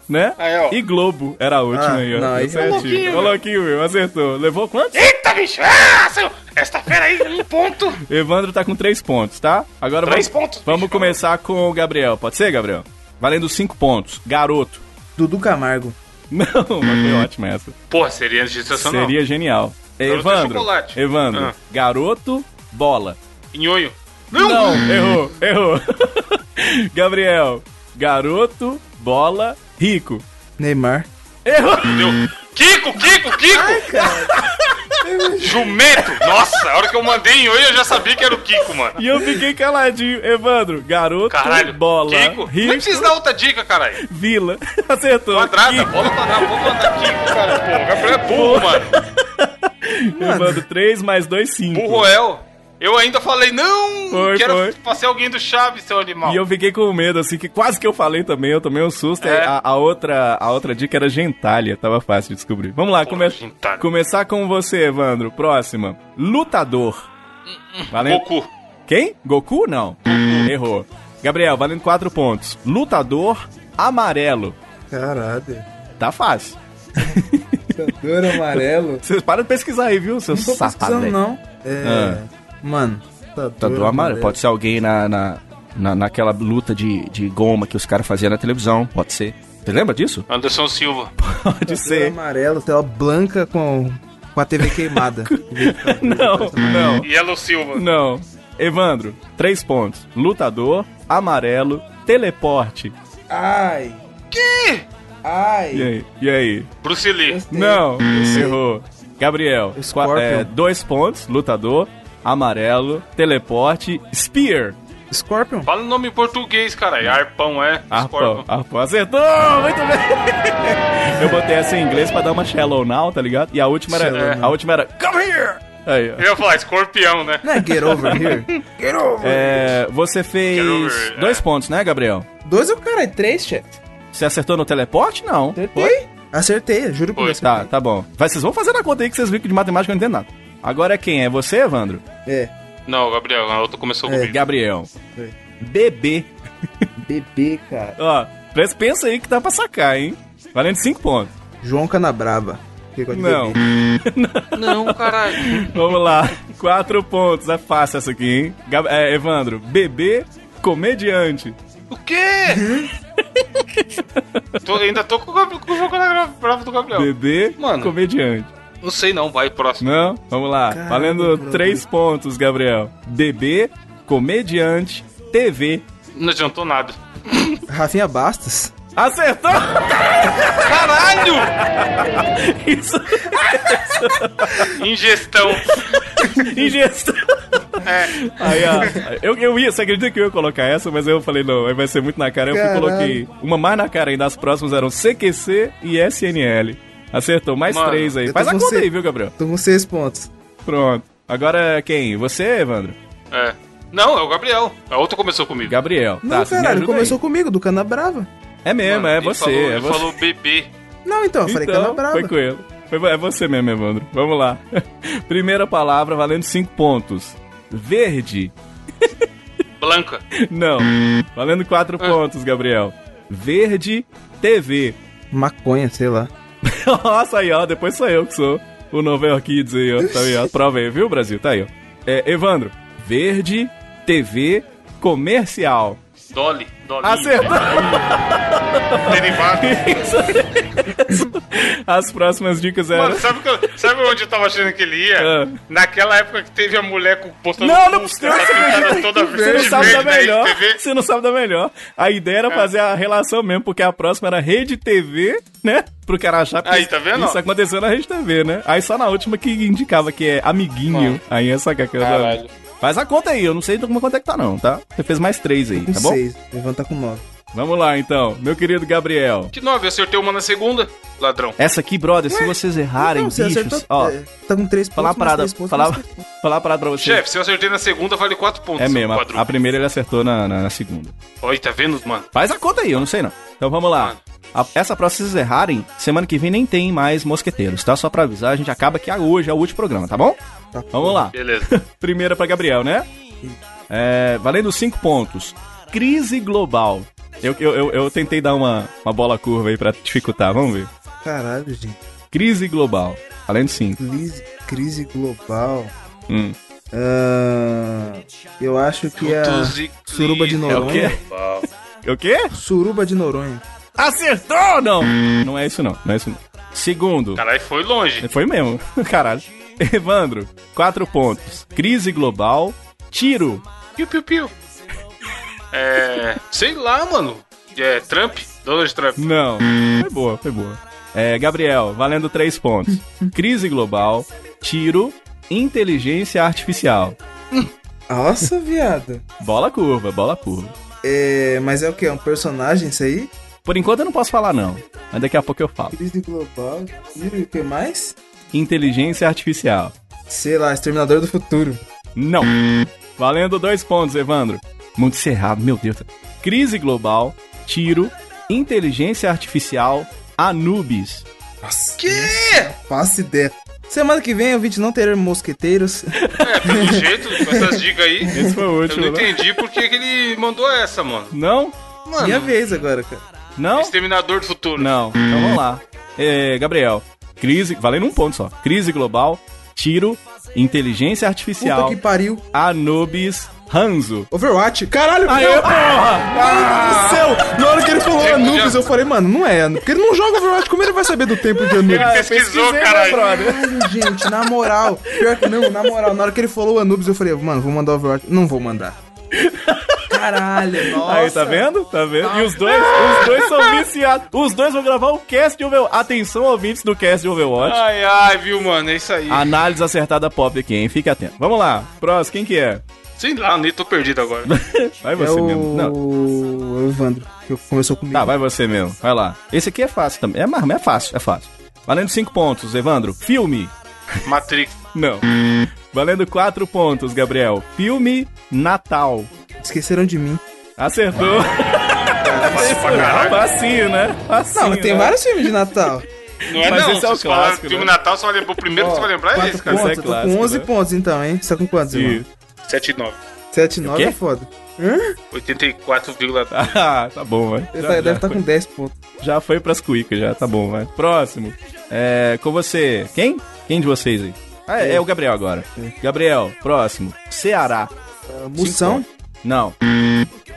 né?
Aí, ó.
E Globo era a última
Ah,
aí, ó.
não, aí-
Certinho. Ô, louquinho, meu, acertou. Levou quantos?
Eita, bicho. Ah, seu... Esta fera aí, um ponto.
Evandro tá com três pontos, tá? Agora
Três
vamos,
pontos.
vamos começar com o Gabriel. Pode ser, Gabriel? Valendo cinco pontos. Garoto.
Dudu Camargo.
Não, mas foi ótima essa.
Porra, seria sensacional.
Seria genial.
Garoto é
Evandro.
chocolate.
Evandro.
Ah.
Garoto, bola.
Nhonho.
Não, errou, errou. Gabriel. Garoto, bola, rico.
Neymar.
Errou.
Deu. Kiko, Kiko, Kiko! Jumento! Nossa, a hora que eu mandei em oi, eu já sabia que era o Kiko, mano.
E eu fiquei caladinho. Evandro, garoto,
Caralho,
bola,
Kiko? é Nem
rico,
precisa dar outra dica, caralho.
vila. Acertou.
Quadrada,
Kiko.
bola quadrada, vou mandar Kiko, cara. Pô, o Gabriel é burro, mano.
Evandro, três mais dois, cinco.
Burro El. Eu ainda falei, não,
Foi,
quero
foi.
passar alguém do Chaves, seu animal.
E eu fiquei com medo, assim, que quase que eu falei também, eu tomei um susto.
É.
A, a outra, a outra dica era gentalha, tava fácil de descobrir. Vamos lá, come-
gentalha.
começar com você, Evandro. Próxima. Lutador. Valendo...
Goku.
Quem? Goku? Não. Errou. Gabriel, valendo quatro pontos. Lutador amarelo.
Caralho.
Tá fácil.
Cantor amarelo?
Vocês param de pesquisar aí, viu,
Não
seus
tô
sapatos.
pesquisando,
velho.
não. É. Mano.
Tá do Ah. amarelo. Pode ser alguém na, na, na- naquela luta de, de goma que os caras faziam na televisão. Pode ser. Você lembra disso?
Anderson Silva.
Pode
Cantor amarelo, tela branca com, com a TV queimada.
Não, não,
Yellow Silva.
não. Evandro, três pontos. Lutador, amarelo, teleporte.
Ai. Que?
E
Ai.
aí? E aí?
Bruce Lee.
Não, errou. Gabriel,
Scorpion.
qua- é, dois pontos, lutador, amarelo, teleporte, spear.
Scorpion?
Fala o nome em português, cara. Arpão é.
Arpão,
Scorpion.
arpão, acertou! Muito bem! Eu botei essa em inglês pra dar uma shallow now, tá ligado? E a última era,
Shallow
a última era, come here! Aí, ó.
Eu ia falar escorpião, né?
Não é Get Over Here?
É, você
Quero
fez
ver,
dois
é.
pontos, né, Gabriel?
Dois é o cara, é três, chefe.
Você acertou no teleporte? Não.
Acertei? Acertei, juro por
Foi.
Deus.
Tá, tá bom. Vai, vocês vão fazer na conta aí que vocês viram que de matemática eu não entendo nada. Agora é quem? É você, Evandro?
É.
Não, Gabriel, a outra começou
É,
comigo.
Gabriel.
Foi.
Bebê.
Bebê, cara.
Ó, pensa- pensa aí que dá pra sacar, hein? Valendo 5 pontos.
João Canabrava. Que gosta de
Não.
bebê.
Não, caralho.
Vamos lá. 4 pontos. É fácil essa aqui, hein? Gab- é, Evandro, bebê comediante.
O quê? Tô- ainda tô com o, Gab- com o jogo na gra- brava do Gabriel.
Bebê
Mano.
comediante.
Não sei não, vai, próximo.
Não? Vamos lá.
Caramba,
Valendo
brother.
3 pontos, Gabriel. Bebê comediante TV.
Não adiantou nada.
Rafinha Bastos.
Acertou!
Caralho!
Isso!
Ingestão.
Ingestão!
É.
Aí, ó, eu, eu ia, você acredita que eu ia colocar essa, mas eu falei, não, aí vai ser muito na cara. Eu fui,
Caralho.
coloquei uma mais na cara ainda, as próximas eram CQC e SNL. Acertou, mais
Mano,
três aí.
eu
Faz
tô
a
com
conta
você.
aí, viu, Gabriel?
Tô com seis pontos.
Pronto. Agora é quem? Você, Evandro?
é. Não, é o Gabriel. A outra começou comigo.
Gabriel. Tá,
Não,
vocês me
caralho,
ajudam
começou comigo, do Canabrava.
aí. É mesmo,
Mano,
é
ele
você,
falou-
é
ele
você.
falou bebê.
Não, então, eu falei
então,
Canabrava.
foi com ele. Foi, é você mesmo, Evandro. Vamos lá. Primeira palavra, valendo cinco pontos. Verde.
Blanca.
Não. Valendo quatro pontos, Gabriel. Verde TV.
Maconha, sei lá.
Tá Nossa, aí, ó, depois sou eu que sou o Novel Kids aí, ó. Tá aí, ó. Prova aí, viu, Brasil? Tá aí, ó. É, Evandro, verde, TV, comercial.
Dolly. Dolly.
Acertou!
Derivado.
As próximas dicas eram.
Mano, sabe, que eu- sabe onde eu tava achando que ele ia?
Ah.
Naquela época que teve a mulher com botando
Não, não
cu,
precisa,
ela
você
pintada
acredita?
toda
Você não
verde,
sabe da
verde, né,
melhor.
TV.
Você não sabe da melhor. A ideia
É.
era fazer a relação mesmo, porque a próxima era Rede TV, né? Pro cara achar porque
Aí, tá vendo?
Isso aconteceu na Rede TV, né? Aí só na última que indicava que é amiguinho. Aí essa que é aquela.
Caralho.
Faz a conta aí, eu não sei como quanto é que tá, não, tá? Você fez mais três aí,
Com
tá bom?
seis. Levanta com nove.
Vamos lá então, meu querido Gabriel.
De nove, eu acertei uma na segunda. Ladrão.
Essa aqui, brother, se vocês errarem,
Então, você
bichos,
acertou,
ó,
é, Tá com três pontos.
falar uma
mais
parada,
três pontos,
falar,
mais três
falar uma parada pra vocês.
Chefe, se eu acertei na segunda, vale quatro pontos.
é mesmo, a-
Quadro.
a primeira ele acertou na- na- na segunda.
Olha, tá vendo, mano?
Faz a conta aí, eu não sei não. Então vamos lá. A- essa próxima, se vocês errarem, semana que vem nem tem mais mosqueteiros, tá? Só pra avisar, a gente acaba que hoje é o último programa, tá bom?
Tá.
Vamos lá.
Beleza.
Primeira pra Gabriel, né? É, valendo 5 pontos. Crise global. Eu, eu, eu, eu tentei dar uma, uma bola curva aí pra dificultar, vamos ver.
Caralho, gente.
Crise global. Valendo 5.
Crise, crise global.
Hum.
Ah, eu acho que é.
Motociclista.
Suruba de
É o
um.
Noronha.
quê? É o quê?
Suruba de Noronha.
Acertou ou não? Não é isso não, não é isso não. Segundo.
Caralho, foi longe.
Foi mesmo, caralho. Evandro, quatro pontos. Crise global, tiro.
Piu, piu, piu. É. Sei lá, mano. É Trump? Donald Trump.
Não, foi boa, foi boa. É, Gabriel, valendo três pontos. Crise global, tiro, inteligência artificial.
Nossa, viado.
Bola curva, bola curva.
É, mas é o que? É um personagem isso aí?
Por enquanto eu não posso falar não, mas daqui a pouco eu falo.
Crise global. Tiro e o que mais?
Inteligência artificial.
Sei lá, Exterminador do Futuro.
Não. Valendo dois pontos, Evandro. Muito cerrado, meu Deus. Crise global, tiro, inteligência artificial, Anubis.
Nossa. Que? Faço ideia. Semana que vem, eu vi de não ter mosqueteiros.
É, pelo jeito, com essas dicas aí.
Esse foi o
Eu
último,
não
né?
entendi por que que ele mandou essa, mano.
Não?
Mano,
Minha vez agora, cara.
Não?
Exterminador do futuro.
Não. Então vamos lá. É, Gabriel, crise. Valendo um ponto só. Crise global, tiro, inteligência artificial,
Puta que pariu.
Anubis, Hanzo.
Overwatch. Caralho,
Aê, ah.
meu-
porra!
Mano do céu! Na hora que ele falou
Já-
Anubis,
já-
eu falei, mano, não é. Porque ele não joga Overwatch, como ele vai saber do tempo de Anubis?
pesquisou,
pesquisei, né,
caralho.
brother?
Caralho, gente, na moral. Pior que não, na moral. Na hora que ele falou Anubis, eu falei, mano, vou mandar Overwatch. Não vou mandar. Caralho, nossa.
Aí, tá vendo? Tá vendo? E os dois, os dois são viciados. Os dois vão gravar o cast de Overwatch. Atenção, ouvintes do cast de Overwatch.
Ai, ai, viu, mano? É isso aí.
Análise acertada pop aqui, hein? Fique atento. Vamos lá. Próximo, quem que é?
Sei lá, nem tô perdido agora.
Vai
É
você mesmo.
o... é
Não.
o Evandro, que começou comigo.
Tá, vai você mesmo. Vai lá. Esse aqui é fácil também. É, mas é fácil, é fácil. Valendo 5 pontos, Evandro. Filme.
Matrix.
Não. Valendo 4 pontos, Gabriel. Filme Natal.
Esqueceram de mim.
Acertou.
Fácil pra caralho.
Facinho, né? Facinho,
Não, mas tem
né?
vários filmes de Natal.
Não é
Mas
não.
esse é o
Se você falar
clássico,
filme
né?
Natal, você vai lembrar. O primeiro que você vai lembrar é
Quatro
esse, cara.
pontos,
Isso é
eu tô
clássico,
com 11
né?
pontos então, hein? Você tá com quantos, irmão?
E-
7 e 9.
7, 9
quê?
é foda.
84,2.
Ah, tá bom, vai.
Ele
Já-
tá-
já
deve estar
foi.
com 10 pontos.
Já foi pras cuicas, já, tá bom, vai. Próximo. É, com você. Quem? Quem de vocês aí? Ah, é, é o Gabriel agora. Gabriel, próximo. Ceará.
Moção?
Não.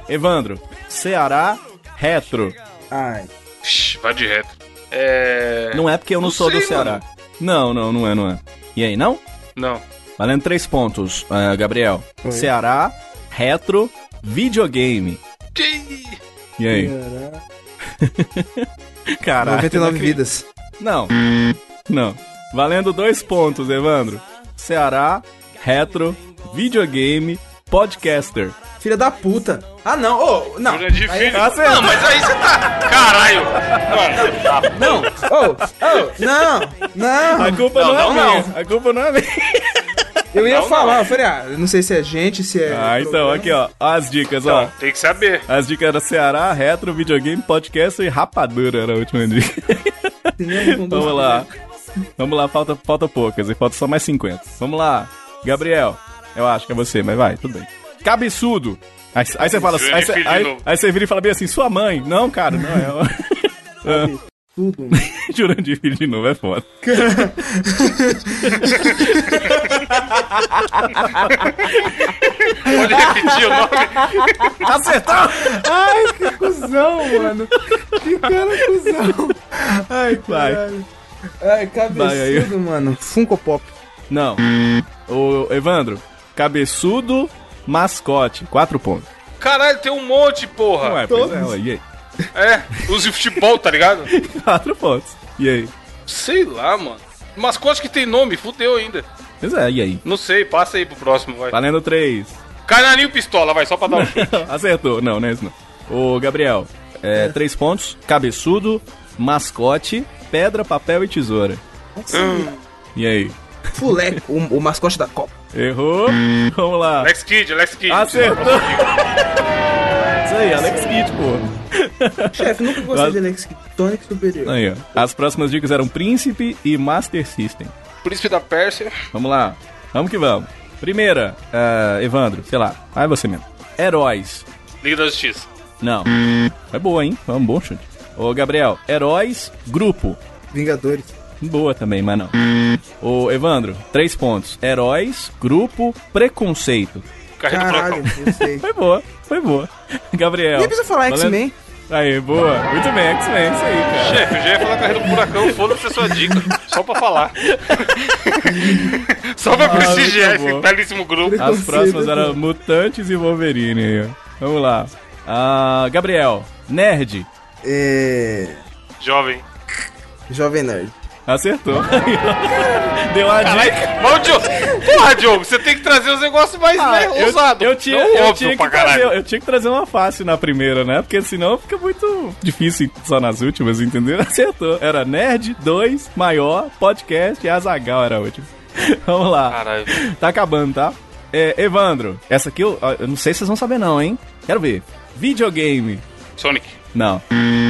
Evandro, Ceará retro.
Ai.
Shhh, vai de reto. É.
Não é porque eu não,
Não
sou
sei,
do Ceará. Não, não, não é, não é. E aí, não?
Não.
Valendo três pontos, ah, Gabriel. Ceará, retro, videogame. E aí?
Caralho.
Caralho.
99 vidas.
Não. Não. Valendo dois pontos, Evandro. Ceará, retro, videogame, podcaster.
Filha da puta. Ah, não. Ô, não.
Não é difícil.
acertou.
Não, mas aí você tá. Caralho! Mano,
Não. Ô, ô, não.
A
Não.
culpa não,
Não,
é
não,
minha. A culpa não é minha.
Eu ia
Não,
falar.
não.
Eu falei, ah, eu não sei se é gente, se é...
Ah, então,
programa.
aqui, ó. Ó As dicas, ó.
tem que saber.
As dicas era Ceará, retro, videogame, podcast e rapadura era a última dica.
Cinema com dois
Vamos lá. Vamos lá, falta, falta poucas e falta só mais 50. Vamos lá. Gabriel, eu acho que é você, mas vai, tudo bem. Cabeçudo. Aí, aí você fala assim, aí, você- aí- aí você vira e fala bem assim, sua mãe. Não, cara, não é. ela.
Tudo.
Jurandir Filho de novo é foda.
Pode repetir o nome?
Acertou!
Ai, que cuzão, mano. Que cara cuzão. Ai,
Vai.
caralho. Ai,
Vai aí.
cabeçudo, mano. Funko Pop.
Não. O Evandro, cabeçudo, mascote. Quatro pontos.
Caralho, tem um monte, porra.
Ué, pois é, ué, e aí?
É, use futebol, tá ligado?
Quatro pontos. E aí?
Sei lá, mano. Mascote que tem nome, fudeu ainda.
Pois é, e aí?
Não sei, passa aí pro próximo, vai.
Valendo três.
Canarinho pistola, vai, só pra dar um chute.
Acertou. Não, não é isso não. Ô, Gabriel, é, três pontos. Cabeçudo, mascote, pedra, papel e tesoura. E aí?
Fulé, o, o mascote da Copa.
Errou. Vamos lá.
Alex Kid, Alex Kid.
Acertou. Isso aí, Alex Kidd, pô.
Chefe, nunca gostei de Alex Tonic Superior.
Aí, ó. As próximas dicas eram Príncipe e Master System.
Príncipe da Pérsia.
Vamos lá. Vamos que vamos. Primeira, ah, Evandro, sei lá. Vai você mesmo. Heróis.
Liga da Justiça.
Não. É boa, hein? É um bom chute. Ô, Gabriel, heróis, grupo.
Vingadores.
Boa também, mas não. Ô, Evandro, três pontos. Heróis, grupo, preconceito.
Carreira do
Caralho,
Furacão.
não sei.
Foi boa, foi boa. Gabriel.
Nem precisa falar
valendo-
X-Men.
Aí, boa. Muito bem, X-Men, isso aí, cara.
Chefe, eu já ia falar carreira do furacão, foda-se a sua dica, só pra falar. só pra prestigiar
Ah, muito
esse
bom.
belíssimo grupo.
As
Preconceito.
próximas eram Mutantes e Wolverine. aí, ó. Vamos lá. Ah, Gabriel, nerd.
É...
Jovem.
Jovem Nerd.
Acertou. Deu uma
Caralho,
dica.
mas o Diogo, porra, Diogo, você tem que trazer os negócios mais né,
Ah, eu,
ousados.
eu tinha,
Não é
eu,
óbvio
tinha que
pra caralho.
trazer, eu tinha que trazer uma fácil na primeira, né? Porque senão fica muito difícil só nas últimas, entendeu? Acertou. Era Nerd, 2, Maior, Podcast e Azagal era a última. Vamos lá.
Caralho.
Tá acabando, tá? É, Evandro, essa aqui eu, eu não sei se vocês vão saber não, hein? Quero ver. Videogame.
Sonic.
Não.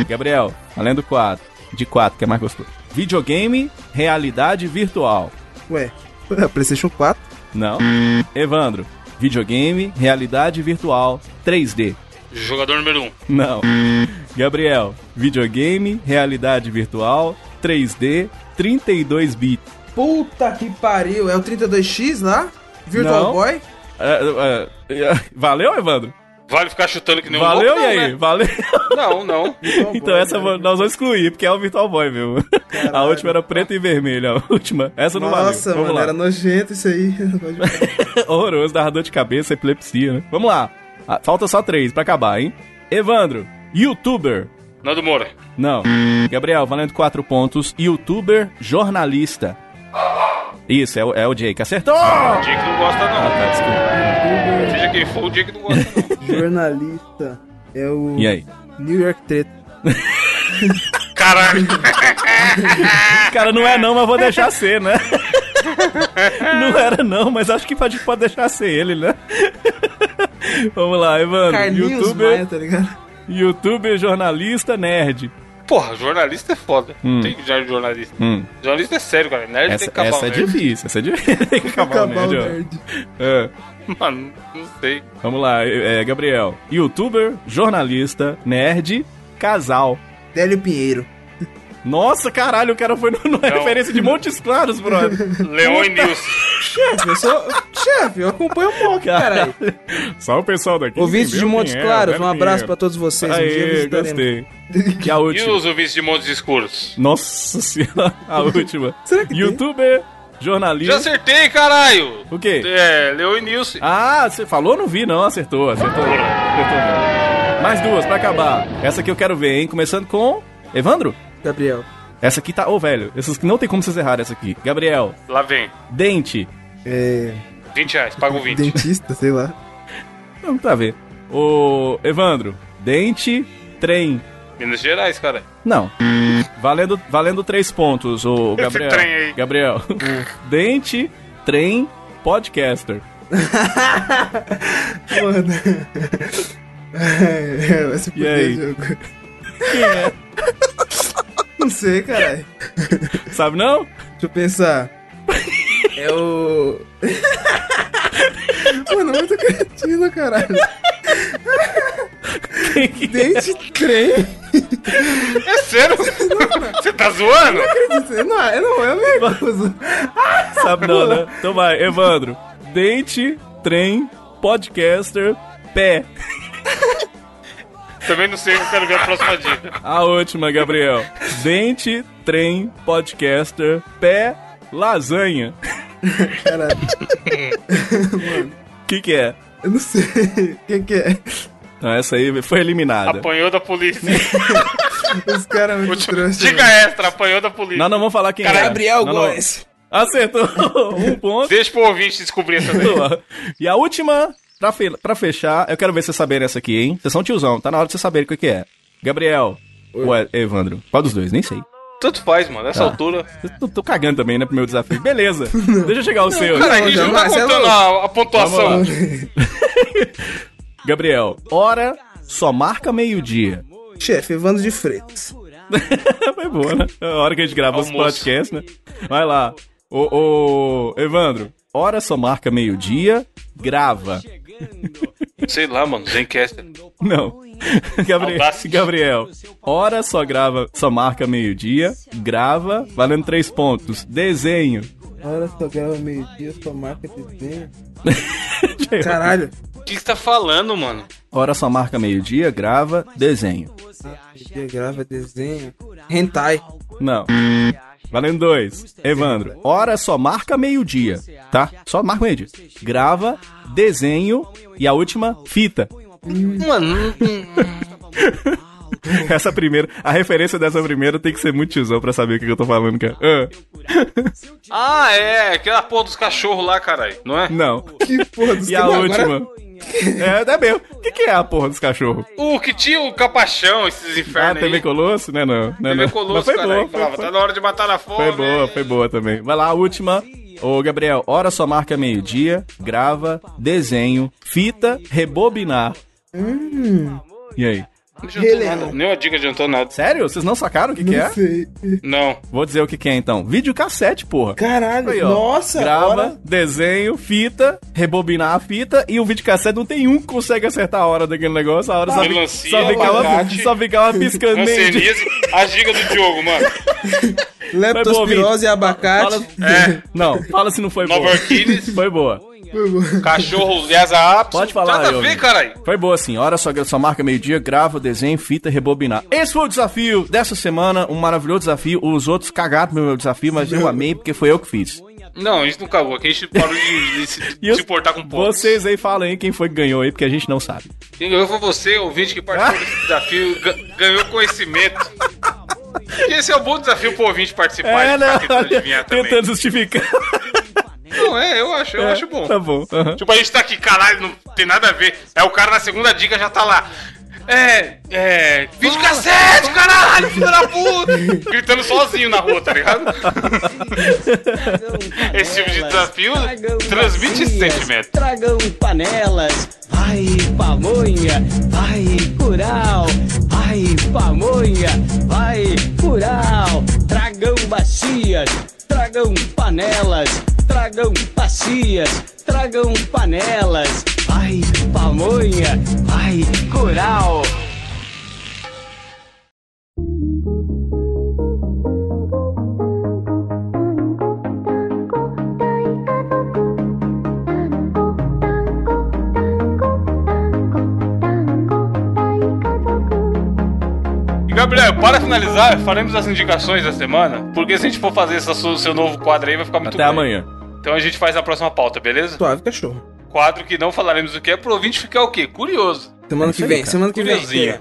Gabriel, além do 4. De 4, que é mais gostoso. Videogame, realidade virtual.
Ué, é, PlayStation 4.
Não. Evandro, videogame, realidade virtual, 3D.
Jogador número 1. Um.
Não. Gabriel, videogame, realidade virtual, 3D, 32 bits.
Puta que pariu, é o 32X lá? Virtual
Não.
Boy?
Ah, ah, ah, valeu, Evandro?
Vale ficar chutando que nem um
Valeu,
louco,
e
não,
aí?
né?
Valeu?
Não, não.
Então essa vo- nós vamos excluir, porque é o Virtual Boy mesmo. A última era preta e vermelha, a última. Essa não valeu.
Nossa,
Vamos
mano,
lá.
era nojento isso aí.
Horroroso, dava dor de cabeça, epilepsia, né? Vamos lá. Ah, Falta só três pra acabar, hein? Evandro, youtuber.
Nando Moura.
Não. Gabriel, valendo quatro pontos. Youtuber, jornalista. Isso, é o, é o Jake. Acertou!
O Jake não gosta, não.
Tá, desculpa.
Seja quem for, o Jake não gosta, não.
Jornalista. É o
E aí?
New York Treta.
Caralho.
Cara, não é não, mas vou deixar ser, né? Não era não, mas acho que pode, pode deixar ser ele, né? Vamos lá, Evandro.
Carlinhos
youtuber,
Maia, tá ligado?
youtuber, jornalista, nerd.
Porra, jornalista é foda.
Hum.
Tem que já jornalista.
Hum,
Jornalista é sério, cara. Nerd
essa
tem que acabar
essa
o
é
nerd.
difícil, essa é difícil. Tem que acabar o
Acabar o
nerd, ó.
nerd.
É.
Mano, não sei.
Vamos lá, é, é, Gabriel. Youtuber, jornalista, nerd, casal.
Délio Pinheiro.
Nossa, caralho, o cara foi no- na referência de Montes Claros, brother.
Leon e Nilson.
Chefe, eu sou. Chefe, eu acompanho um pouco, caralho.
Só o pessoal daqui.
Ouvintes de
viu
Montes
quem é,
Claros,
velho
um abraço
Pinheiro.
pra todos vocês. um dia
Aê,
visitaremos.
gostei. E a
E
última.
os ouvintes de Montes Escuros?
Nossa senhora, a última.
Será que tem?
Youtuber,
Já
jornalista.
acertei, caralho.
O quê?
É, Leon e Nilson.
Ah, você falou, não vi, não. Acertou, acertou. acertou mesmo. Mais duas pra acabar. Essa aqui eu quero ver, hein? Começando com. Evandro?
Gabriel.
Essa aqui tá. Ô, velho, essas que não tem como vocês errarem essa aqui. Gabriel,
Lá vem.
dente.
É.
20 reais, paga o 20.
Dentista, sei lá.
Não tá a ver. Ô, Evandro, dente, trem.
Minas Gerais, cara.
Não. Valendo, valendo três pontos, ô
Esse
Gabriel.
trem aí. Hum.
Gabriel. dente, trem, podcaster.
Mano. É, vai se fuder
aí?
o jogo. Não sei, caralho.
Sabe não?
Deixa eu pensar. É o. Mano, muito cretino, caralho.
Quem que é?
Dente trem.
É sério? Você tá zoando?
Não, é- não, é vergonhoso.
Sabe não, né? Então vai, Evandro. Dente, trem, podcaster, pé.
Também não sei, eu quero ver a próxima dica.
A última, Gabriel. Dente, trem, podcaster, pé, lasanha.
Caralho,
O que que é?
eu não sei. Quem que é?
Não, essa aí foi eliminada.
Apanhou da polícia.
Os caras muito
Última-
trouxas.
Dica extra, apanhou da polícia.
Não, não vamos falar quem é.
Gabriel
Não, não.
Góes.
Acertou um ponto.
Deixa pro ouvinte descobrir essa daí.
Boa. E a última, pra, fe- pra fechar, eu quero ver vocês saberem essa aqui, hein? Vocês são tiozão, tá na hora de vocês saberem o que que é. Gabriel, ou é- Evandro, qual dos dois? Nem sei.
Tanto faz, mano. Nessa altura.
Eu tô, tô cagando também, né, pro meu desafio. Beleza, deixa eu chegar o seu.
Cara, a gente
já
não tá
vai,
contando
você é
a, a pontuação.
Vamos Gabriel, hora só marca meio-dia.
Chefe, Evandro de Freitas.
Foi boa, né? É a hora que a gente grava os
Almoço.
podcasts, né? Vai lá. Ô, ô, Evandro, hora só marca meio-dia, grava.
Sei lá, mano. Zencaster.
Não. Gabriel,
Audacity.
Gabriel, hora só grava, só marca meio-dia, grava, valendo três pontos. Desenho.
Olha só, grava meio-dia, sua marca de desenho. Caralho.
O que você tá falando, mano?
Hora só marca meio-dia, grava, desenho.
Dia grava desenho. Hentai.
Não. Valendo dois. Evandro, hora só marca meio-dia, tá? Só marca meio-dia. Grava, desenho e a última, fita.
Mano,
Essa primeira, a referência dessa primeira tem que ser muito tiozão pra saber o que que eu tô falando, cara. Ah,
Ah, é, aquela porra dos cachorros lá, caralho, não é?
não.
Que porra dos
E a
caras. Agora-
última. É, é mesmo. O que, que é a porra dos cachorros?
O que tinha o capachão, esses
Ah,
infernos
TV
aí.
Colosso? Né, não. Né, não.
TV
Mas
Colosso,
foi
caralho.
boa,
que Falava,
foi,
tá né?" na hora de matar a fome.
foi boa, foi boa também. Vai lá, a última. Ô, Gabriel, hora só marca meio-dia, grava, desenho, fita, rebobinar. E aí?
Não
Rei
adiantou nada.
Leão.
Nenhuma dica adiantou nada.
Sério? Vocês não sacaram o que, que é?
sei.
Não.
Vou dizer o que, que é então. Videocassete, porra.
Caralho,
Aí, ó.
nossa,
Grava,
hora-
desenho, fita, rebobinar a fita e o videocassete não tem um que consegue acertar a hora daquele negócio, a hora só, fica-
Melancia,
só, ficava,
abacate.
só ficava piscando. gente.
Ancenise, as dicas do Diogo, mano.
Leptospirose e abacate. É.
Fala- Não, fala se não foi boa.
É. Nova Orquídeas,
Foi boa.
cachorro de asa apso.
Pode falar,
Nada a
Diogo.
ver, caralho.
Foi boa sim, hora só, só marca meio-dia, grava, desenho, fita, rebobinar. Esse foi o desafio dessa semana, um maravilhoso desafio. Os outros cagaram no meu desafio, mas eu amei porque foi eu que fiz.
Não, a gente não cagou. Aqui a gente parou de, de se,
E os-
se importar com pontos.
Vocês aí falam aí quem foi que ganhou aí, porque a gente não sabe.
Quem ganhou foi você, ouvinte que participou
Ah.
desse desafio, ga- ganhou conhecimento. E esse é um bom desafio pro ouvinte participar
É,
e ficar
né?
tentando adivinhar também.
Tentando justificar.
Não, é, eu acho, eu acho bom.
Tá bom. aham.
Tipo, a gente tá aqui, caralho, não tem nada a ver. Aí o cara na segunda dica já tá lá. É, é. Vídeo cassete, caralho, filho da puta! Gritando sozinho na rua, tá ligado? Esse tipo de desafio transmite
assim.
esse sentimento.
Tragam panelas, vai pamonha, vai curau, vai pamonha, vai curau. Tragam bacias, tragam panelas, tragam bacias, tragam panelas, vai pamonha, vai curau.
E Gabriel, para finalizar, faremos as indicações da semana, porque se a gente for fazer essa sua- seu novo quadro aí, vai ficar muito
Até
grande.
amanhã.
Então a gente faz na próxima pauta, beleza?
Suave cachorro.
Quadro que não falaremos o que é pro ouvinte ficar o quê? Curioso.
É
Semana que vem, semana que vem.
Curiosinho.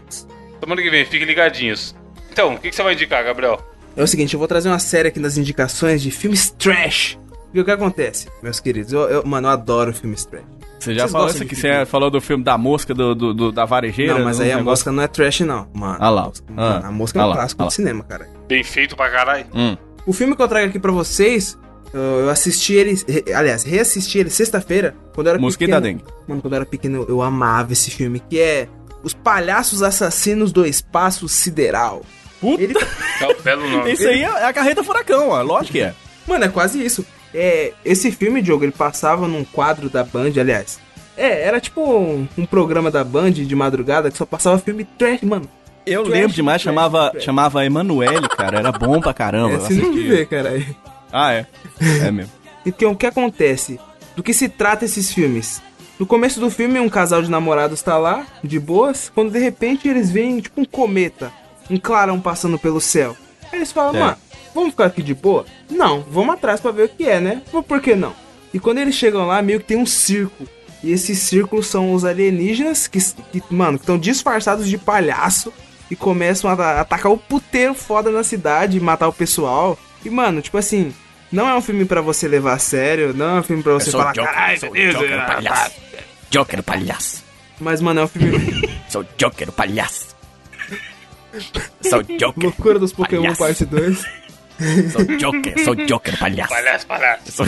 Semana que vem, fiquem ligadinhos. Então, o que, que você vai indicar, Gabriel?
É o seguinte, eu vou trazer uma série aqui das indicações de filmes trash. E o que acontece, meus queridos? Eu, eu- mano, eu adoro filmes trash.
Você já
Vocês
falou
gostam
isso
de
aqui,
filme?
você falou do filme da mosca, do, do- do- da varejeira.
não, mas
do
aí
né,
a
um negócio.
mosca não é trash, não, mano.
Ah lá,
Mano,
ah,
a mosca é
ah
um
lá,
clássico
ah lá.
do cinema, cara.
Bem feito pra caralho.
Hum.
O filme que eu trago aqui pra vocês, eu, eu assisti ele, re- aliás, reassisti ele sexta-feira, quando eu era
Mosquito da
pequeno.
dengue.
Mano, quando eu era pequeno, eu amava esse filme, que é Os Palhaços Assassinos do Espaço Sideral.
Puta,
Ele-
É um belo nome.
isso aí é é a carreta furacão, ó. Lógico que é.
Mano, é quase isso. É, esse filme, Diogo, ele passava num quadro da Band, aliás. É, era tipo um, um programa da Band de madrugada que só passava filme trash, mano.
Eu
Trash,
lembro demais,
trash,
chamava,
trash.
chamava Emanuele, cara. Era bom pra caramba.
É,
eu
você não
assistia.
vê, caralho.
Ah, é. É mesmo.
Então, o que acontece? Do que se trata esses filmes? No começo do filme, um casal de namorados tá lá, de boas, quando de repente eles veem, tipo, um cometa, um clarão passando pelo céu. Aí eles falam,
É.
mano, vamos ficar aqui de boa? Não, vamos atrás pra ver o que é, né? Mas por que não? E quando eles chegam lá, meio que tem um circo. E esses círculos são os alienígenas que, que mano, que estão disfarçados de palhaço e começam a a atacar o puteiro foda na cidade e matar o pessoal. E, mano, tipo assim, não é um filme pra você levar a sério, não é um filme pra você falar, caralho, meu Deus, é, pá."
Joker palhaço,
mas, mano, é um filme
sou Joker palhaço. Sou Joker,
Loucura dos Pokémon
Palhaço.
parte 2.
sou Joker, sou Joker palhaço.
Palhaço, palhaço.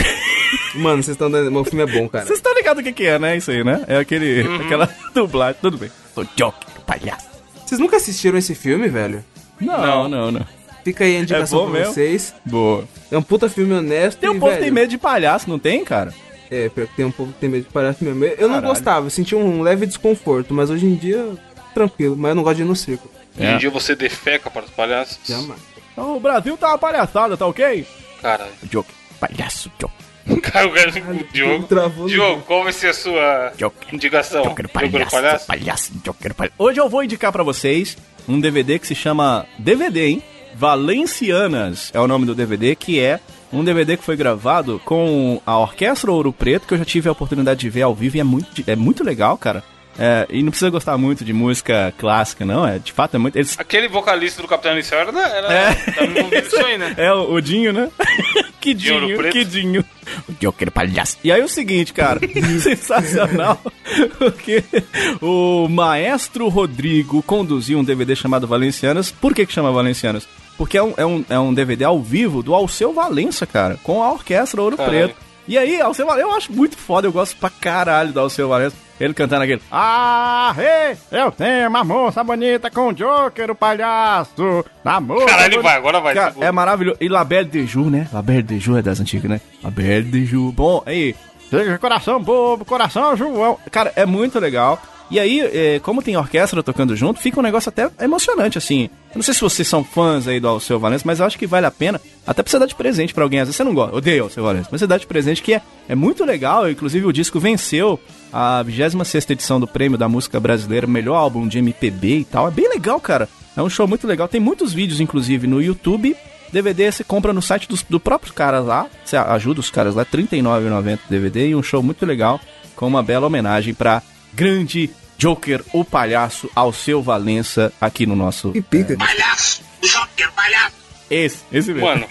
Mano, vocês estão dando. O filme é bom, cara.
Vocês estão ligados o que, que é, né? Isso aí, né? É aquele, aquela dublagem. Tudo bem.
Uhum. Sou Joker palhaço.
Vocês nunca assistiram esse filme, velho?
Não, não, não.
Fica aí a indicação
bom
pra
mesmo?
vocês.
Boa.
É um puta filme honesto.
Tem
e,
um povo que
velho,
tem medo de palhaço, não tem, cara?
É, pior que tem um povo que tem medo de palhaço mesmo. Eu não
Caralho.
gostava, eu sentia um leve desconforto, mas hoje em dia, tranquilo. Mas eu não gosto de ir no circo.
Hoje em Um dia você defeca para os palhaços.
Jamais.
Então, o Brasil tá uma palhaçada, tá ok?
Caralho.
Joker palhaço, Joker,
Cara, o cara o
Diogo travou
Diogo.
no-
Diogo, qual vai ser a sua
Joker,
indicação?
Joker
Diogo
palhaço, palhaço, Joker palhaço.
Hoje eu vou indicar pra vocês um DVD que se chama DVD, hein? Valencianas é o nome do DVD, que é um DVD que foi gravado com a Orquestra Ouro Preto, que eu já tive a oportunidade de ver ao vivo e é muito, é muito legal, cara. É, e não precisa gostar muito de música clássica, não. É, de fato, é muito. Eles
Aquele vocalista do Capitão Inicial era, era
É.
tá envolvido nisso aí, né?
É, o, o Dinho, né? que
Dinho Ouro
Dinho,
Preto.
que Dinho.
O Joker palhaço.
E aí é o seguinte, cara, sensacional, porque o maestro Rodrigo conduziu um DVD chamado Valencianas. Por que que chama Valencianas? Porque é um, é um, é um DVD ao vivo do Alceu Valença, cara, com a Orquestra Ouro
Caralho.
Preto. E aí, Alceu Valença, eu acho muito foda, eu gosto pra caralho do Alceu Valença. Ele cantando aquele.
Ah, ei, eu tenho uma moça bonita com o Joker, o palhaço. Namoro.
Caralho, vai, agora vai.
Cara,
segura.
é maravilhoso. E La Belle de Jour, né? La Belle de Jour é das antigas, né? La Belle de Jour. Bom, aí.
Seja coração bobo, coração João.
Cara, é muito legal. E aí, é, como tem orquestra tocando junto, fica um negócio até emocionante, assim. Eu não sei se vocês são fãs aí do Alceu Valença, mas eu acho que vale a pena. Até pra você dar de presente pra alguém. Às vezes você não gosta, odeia o Alceu Valença, mas você dá de presente, que é, é muito legal. Inclusive, o disco venceu a 26 edição do Prêmio da Música Brasileira, melhor álbum de MPB e tal. É bem legal, cara. É um show muito legal. Tem muitos vídeos, inclusive, no YouTube. DVD você compra no site dos- do próprio cara lá. Você ajuda os caras lá, R$ 39,90 DVD. E um show muito legal, com uma bela homenagem pra grande Joker, o palhaço, Alceu Valença, aqui no nosso.
Que pica.
Esse, esse mesmo.
Mano,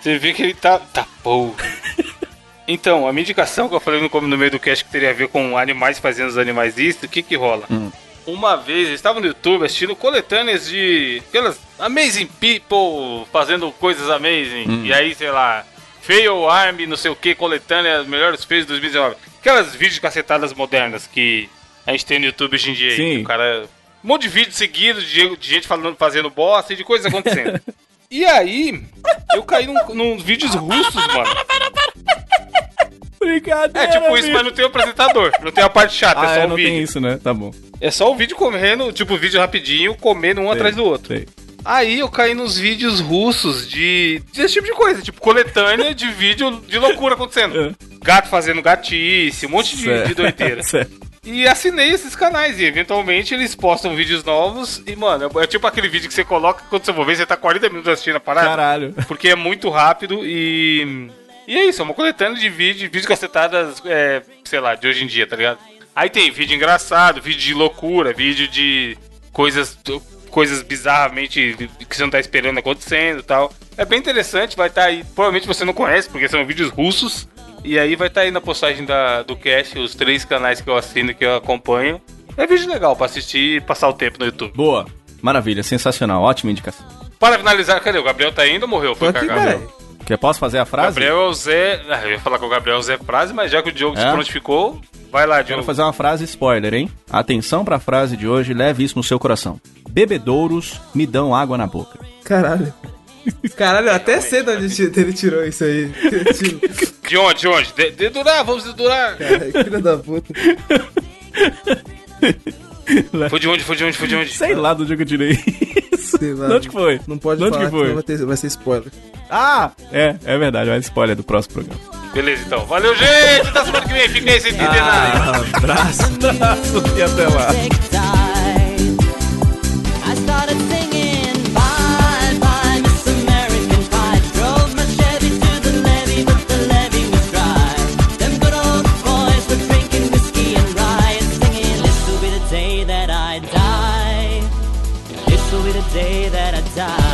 você vê que ele tá. Tá porra. Então, a minha indicação que eu falei no, come- no meio do cast que teria a ver com animais fazendo os animais isso, o que que rola? Uma vez, eu estava no YouTube assistindo coletâneas de. aquelas Amazing People fazendo coisas amazing. E aí, sei lá, Fail Arm, não sei o que, coletânea, melhores feios de 2019. Aquelas vídeos cacetadas modernas que a gente tem no YouTube hoje em dia.
Sim.
que O cara. Um monte de vídeo seguido de, de gente falando, fazendo bosta e de coisas acontecendo. E aí, eu caí num, num vídeos russos, mano.
Obrigado.
É tipo isso, mas não tem o apresentador. Não tem a parte chata,
Ah,
é só
é,
o
não
vídeo.
tem isso, né? Tá bom.
É só o vídeo correndo, tipo, vídeo rapidinho, comendo um atrás do outro.
sei.
Aí eu caí nos vídeos russos de. desse tipo de coisa, tipo, coletânea de vídeo de loucura acontecendo. Gato fazendo gatice, um monte de, de doideira.
É. Certo.
E assinei esses canais, e eventualmente eles postam vídeos novos. E, mano, é tipo aquele vídeo que você coloca quando você for ver, você tá 40 minutos assistindo a parada.
Caralho.
Porque é muito rápido e. E é isso, é uma coletânea de vídeo, vídeo cacetadas, é, sei lá, de hoje em dia, tá ligado? Aí tem vídeo engraçado, vídeo de loucura, vídeo de coisas coisas bizarramente que você não tá esperando acontecendo e tal. É bem interessante, vai estar aí. Provavelmente você não conhece, porque são vídeos russos. E aí vai estar aí na postagem da, do cast os três canais que eu assino, que eu acompanho. É vídeo legal pra assistir e passar o tempo no YouTube.
Boa. Maravilha, sensacional. Ótima indicação.
Para finalizar, cadê? O Gabriel tá indo ou morreu?
Tô aqui,
Gabriel?
peraí.
Quer, posso fazer a frase?
Gabriel é o Zé. Ah, eu ia falar com o Gabriel é o Zé Frase, mas já que o Diogo
É?
se prontificou, vai lá,
Quero
Diogo.
fazer uma frase spoiler, hein? Atenção pra frase de hoje, leve isso no seu coração. Bebedouros me dão água na boca.
Caralho. Caralho, eu até sei de onde ti- ele tirou isso aí. Cretino.
De onde, de onde? De- dedurar, vamos dedurar.
Cara, filho da puta.
Foi de onde, foi de onde, foi de onde?
Sei lá do dia que eu tirei isso.
Sei lá.
De onde que foi?
Não pode
de onde
falar,
que foi?
senão vai, ter- vai ser spoiler.
Ah! É, é verdade, mas spoiler do próximo programa.
Beleza, então. Valeu, gente! Até semana que vem. Fiquem aí sem entender
Ah.
nada.
Abraço, abraço e até lá.
Day that I die. This will be the day that I die.
Oh,